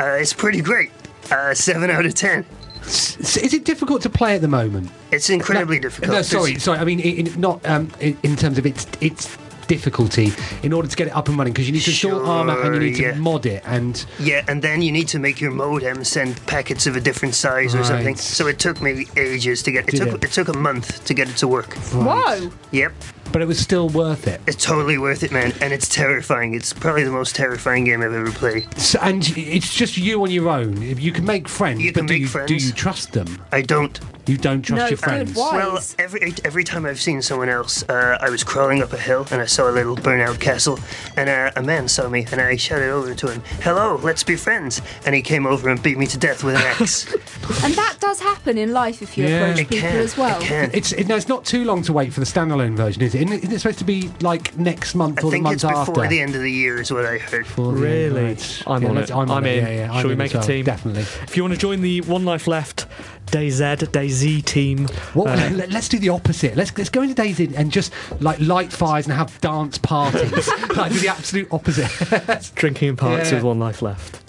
Speaker 5: Uh, it's pretty great. Uh, seven out of ten.
Speaker 2: S- is it difficult to play at the moment?
Speaker 5: It's incredibly
Speaker 2: No,
Speaker 5: difficult.
Speaker 2: No,
Speaker 5: There's-
Speaker 2: sorry, sorry. I mean, in, in- not um, in, in terms of its its difficulty in order to get it up and running because you need to install
Speaker 5: Sure,
Speaker 2: armor and you need to
Speaker 5: yeah.
Speaker 2: mod it and
Speaker 5: Yeah, and then you need to make your modem send packets of a different size or something.
Speaker 2: Right.
Speaker 5: So it took me ages to get. It
Speaker 2: Did
Speaker 5: took
Speaker 2: it?
Speaker 5: it took a month to get it to work.
Speaker 4: Whoa!
Speaker 5: Yep.
Speaker 2: But it was still worth it.
Speaker 5: It's totally worth it, man, and it's terrifying. It's probably the most terrifying game I've ever played.
Speaker 2: So, and it's just you on your own. If You can make friends,
Speaker 5: You
Speaker 2: but
Speaker 5: can
Speaker 2: do,
Speaker 5: make
Speaker 2: you,
Speaker 5: friends.
Speaker 2: do you trust them?
Speaker 5: I don't
Speaker 2: You don't trust
Speaker 4: No,
Speaker 2: your
Speaker 4: dude,
Speaker 2: friends.
Speaker 4: why?
Speaker 5: Well,
Speaker 4: Eyes.
Speaker 5: every every time I've seen someone else, uh, I was crawling up a hill and I saw a little burnout castle, and uh, a man saw me, and I shouted over to him, "Hello, let's be friends!" And he came over and beat me to death with an axe.
Speaker 4: And that does happen in life if you
Speaker 2: Yeah.
Speaker 4: approach
Speaker 2: It
Speaker 4: people
Speaker 5: can,
Speaker 4: as well.
Speaker 5: it can.
Speaker 2: It's it, no, it's not too long to wait for the standalone version, is it? Isn't it, isn't it supposed to be like next month
Speaker 5: I
Speaker 2: or the
Speaker 5: think
Speaker 2: month
Speaker 5: it's
Speaker 2: after? Oh,
Speaker 5: before the end of the year, is what I heard.
Speaker 2: Before the end,
Speaker 3: Really?
Speaker 2: right.
Speaker 3: I'm
Speaker 2: Yeah,
Speaker 3: on
Speaker 2: let's-
Speaker 3: it. I'm, in.
Speaker 2: yeah, yeah, I'm
Speaker 3: Shall we
Speaker 2: in
Speaker 3: make
Speaker 2: as well,
Speaker 3: a team?
Speaker 2: Definitely.
Speaker 3: If you want to join the One Life Left Day Z, Day Z team,
Speaker 2: What,
Speaker 3: uh,
Speaker 2: let, us do the opposite. Let's let's go into Days Inn and just like light fires and have dance parties. like do the absolute opposite.
Speaker 3: drinking in parks
Speaker 2: Yeah.
Speaker 3: with One Life Left.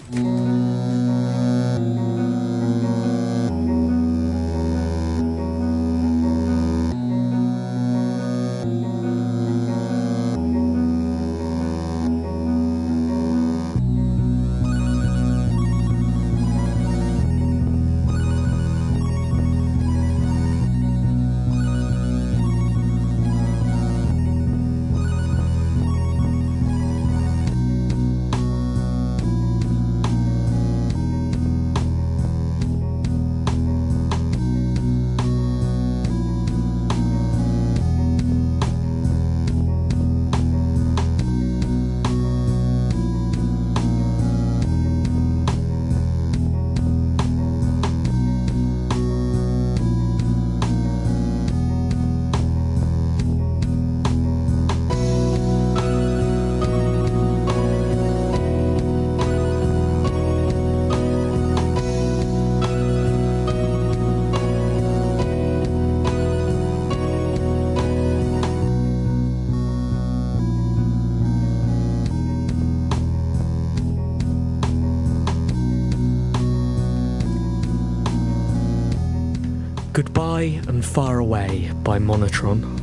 Speaker 3: Goodbye and Far Away by Monotron.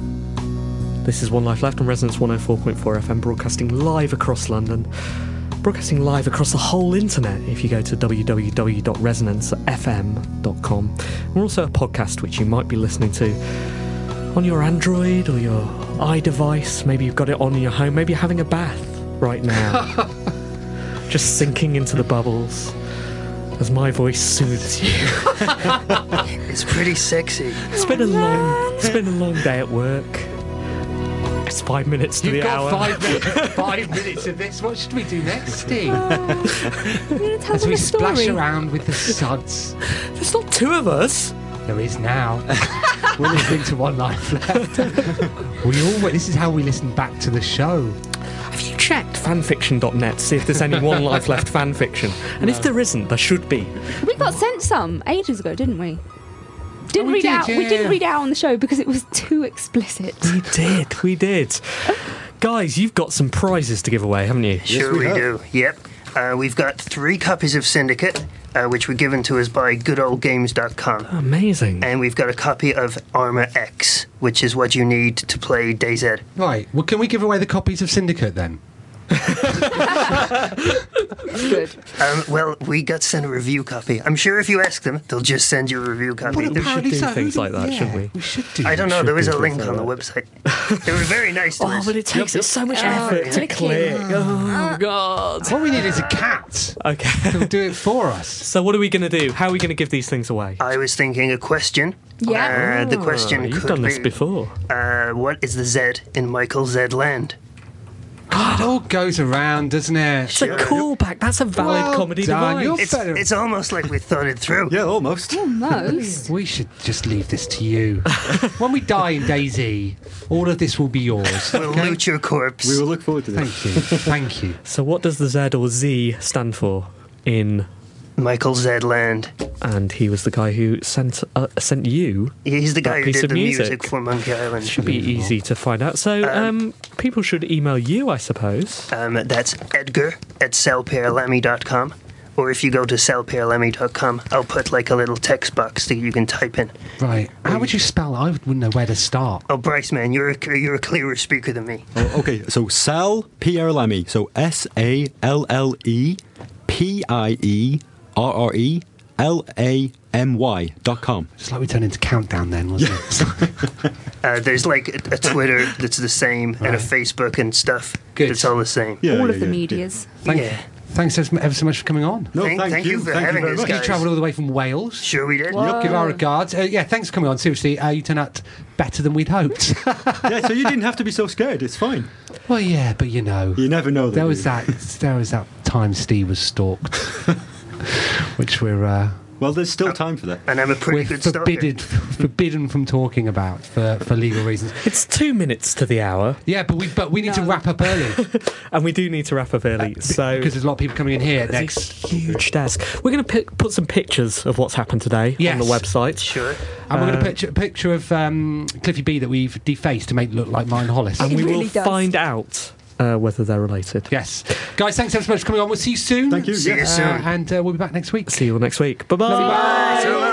Speaker 3: This is One oh Life Left on Resonance 104.4 FM, broadcasting live across London, broadcasting live across the whole internet if you go to www.resonancefm.com. We're also a podcast which you might be listening to on your Android or your iDevice. Maybe you've got it on in your home. Maybe you're having a bath right now, just sinking into the bubbles as my voice soothes you.
Speaker 5: It's pretty sexy.
Speaker 3: It's been a long, it's been a long day at work. It's five minutes to
Speaker 2: You've
Speaker 3: the
Speaker 2: got
Speaker 3: hour.
Speaker 2: five minutes, five minutes of this. What should we do next, Steve?
Speaker 4: Oh, You're going to tell
Speaker 2: As
Speaker 4: them
Speaker 2: we
Speaker 4: a story.
Speaker 2: splash around with the suds.
Speaker 3: There's not two of us.
Speaker 2: There is now. We're listening to One Life Left. we all. This is how we listen back to the show.
Speaker 3: Have you checked fanfiction.net to see if there's any one life left fanfiction? And if there isn't, there should be.
Speaker 4: We got sent some ages ago, didn't we? Didn't
Speaker 2: Oh, we
Speaker 4: read
Speaker 2: did,
Speaker 4: out. We
Speaker 2: yeah.
Speaker 4: didn't read out on the show because it was too explicit.
Speaker 3: We did, we did. Guys, you've got some prizes to give away, haven't you?
Speaker 5: Sure,
Speaker 6: we
Speaker 5: we,
Speaker 6: have.
Speaker 5: do. Yep. Uh, we've got three copies of Syndicate, uh, which were given to us by goodoldgames.com.
Speaker 3: Amazing.
Speaker 5: And we've got a copy of Armor X, which is what you need to play DayZ.
Speaker 2: Right. Well, can we give away the copies of Syndicate then?
Speaker 4: Good.
Speaker 5: Um, well, we got sent a review copy. I'm sure if you ask them, they'll just send you a review copy.
Speaker 3: we should do things like that, shouldn't we?
Speaker 2: We should do.
Speaker 5: I don't know.
Speaker 2: should
Speaker 5: There was
Speaker 2: do
Speaker 5: a
Speaker 2: things
Speaker 5: link
Speaker 2: like
Speaker 5: on the
Speaker 2: that.
Speaker 5: website. They were very nice to
Speaker 3: Oh,
Speaker 5: us.
Speaker 3: but it takes it so much effort to
Speaker 4: clicking.
Speaker 3: click. Oh, God.
Speaker 2: What we need is a cat.
Speaker 3: Okay.
Speaker 2: It'll do it for us.
Speaker 3: So, what are we going to do? How are we going to give these things away?
Speaker 5: I was thinking a question.
Speaker 4: Yeah.
Speaker 5: Uh, the
Speaker 3: Oh,
Speaker 5: question
Speaker 3: you've
Speaker 5: could
Speaker 3: done this
Speaker 5: be,
Speaker 3: before.
Speaker 5: Uh, what is the Z in Michael Z Land?
Speaker 2: It all goes around, doesn't it?
Speaker 3: It's a callback. That's a valid
Speaker 2: Well
Speaker 3: comedy
Speaker 2: done.
Speaker 3: device.
Speaker 2: You're
Speaker 5: It's,
Speaker 2: better-
Speaker 5: it's almost like we thought it through.
Speaker 6: Yeah, almost.
Speaker 4: Most.
Speaker 2: We should just leave this to you. when we die in Daisy, all of this will be yours.
Speaker 5: We'll loot your corpse.
Speaker 6: We will look forward to this.
Speaker 2: Thank you. Thank you.
Speaker 3: So, what does the Z or Z stand for in?
Speaker 5: Michael Z Land.
Speaker 3: And he was the guy who sent uh, sent you.
Speaker 5: He's the
Speaker 3: That
Speaker 5: guy who
Speaker 3: piece
Speaker 5: did
Speaker 3: of
Speaker 5: the music.
Speaker 3: music.
Speaker 5: for Monkey Island.
Speaker 3: Should be easy to find out. So, um, people should email you, I suppose.
Speaker 5: Um, that's Edgar at cellpearlamy.com. Or if you go to cellpearlamy.com, I'll put like a little text box that you can type in.
Speaker 2: Right. How would you spell? I wouldn't know where to start.
Speaker 5: Oh, Bryce, man, you're a, you're a clearer speaker than me.
Speaker 6: Oh, okay, so Sal Pierre Lamy. So S A L L E P I E R R E L A M my.com.
Speaker 2: It's like we turned into countdown then, wasn't it?
Speaker 5: Uh, there's like a, a Twitter that's the same and a Facebook and stuff.
Speaker 2: Good.
Speaker 5: It's all the same.
Speaker 6: Yeah,
Speaker 4: All
Speaker 6: yeah,
Speaker 4: of
Speaker 6: yeah,
Speaker 4: the
Speaker 6: yeah.
Speaker 4: medias.
Speaker 2: Thank,
Speaker 5: Yeah.
Speaker 2: Thanks ever ever so much for coming on.
Speaker 6: No,
Speaker 5: Thank-
Speaker 6: thank,
Speaker 5: thank you for
Speaker 6: thank
Speaker 5: having
Speaker 6: you very
Speaker 5: us,
Speaker 6: much.
Speaker 5: guys.
Speaker 2: You travelled all the way from Wales.
Speaker 5: Sure, we did.
Speaker 4: Whoa.
Speaker 2: Give our regards. Uh, yeah, thanks for coming on. Seriously, uh, you turned out better than we'd hoped.
Speaker 6: yeah, so you didn't have to be so scared. It's fine.
Speaker 2: well, yeah, but you know,
Speaker 6: You never know.
Speaker 2: there
Speaker 6: do
Speaker 2: was
Speaker 6: you?
Speaker 2: that. There was that time Steve was stalked, which we're. Uh,
Speaker 6: Well, there's
Speaker 5: Oh.
Speaker 6: still time for that.
Speaker 5: And I'm a pretty
Speaker 2: we're
Speaker 5: good
Speaker 2: forbidden,
Speaker 5: stalker.
Speaker 2: forbidden from talking about for, for legal reasons.
Speaker 3: It's two minutes to the hour,
Speaker 2: Yeah, but we but we need to wrap up early
Speaker 3: and we do need to wrap up early. So
Speaker 2: because there's a lot of people coming in here
Speaker 3: There's
Speaker 2: next.
Speaker 3: a huge desk. We're going to pick, put some pictures of what's happened today
Speaker 2: Yes.
Speaker 3: on the website.
Speaker 5: Sure.
Speaker 2: And we're going to picture a picture of um, Cliffy B that we've defaced to make look like mine Hollis.
Speaker 3: And
Speaker 4: It
Speaker 3: we will
Speaker 4: really does.
Speaker 3: find out uh, whether they're related.
Speaker 2: yes, guys, thanks ever so much for coming on. We'll see you soon.
Speaker 6: Thank you.
Speaker 5: See
Speaker 6: yeah.
Speaker 5: you
Speaker 2: Uh,
Speaker 5: soon.
Speaker 2: and uh, we'll be back next week.
Speaker 3: See you all next week. Bye-bye.
Speaker 5: See you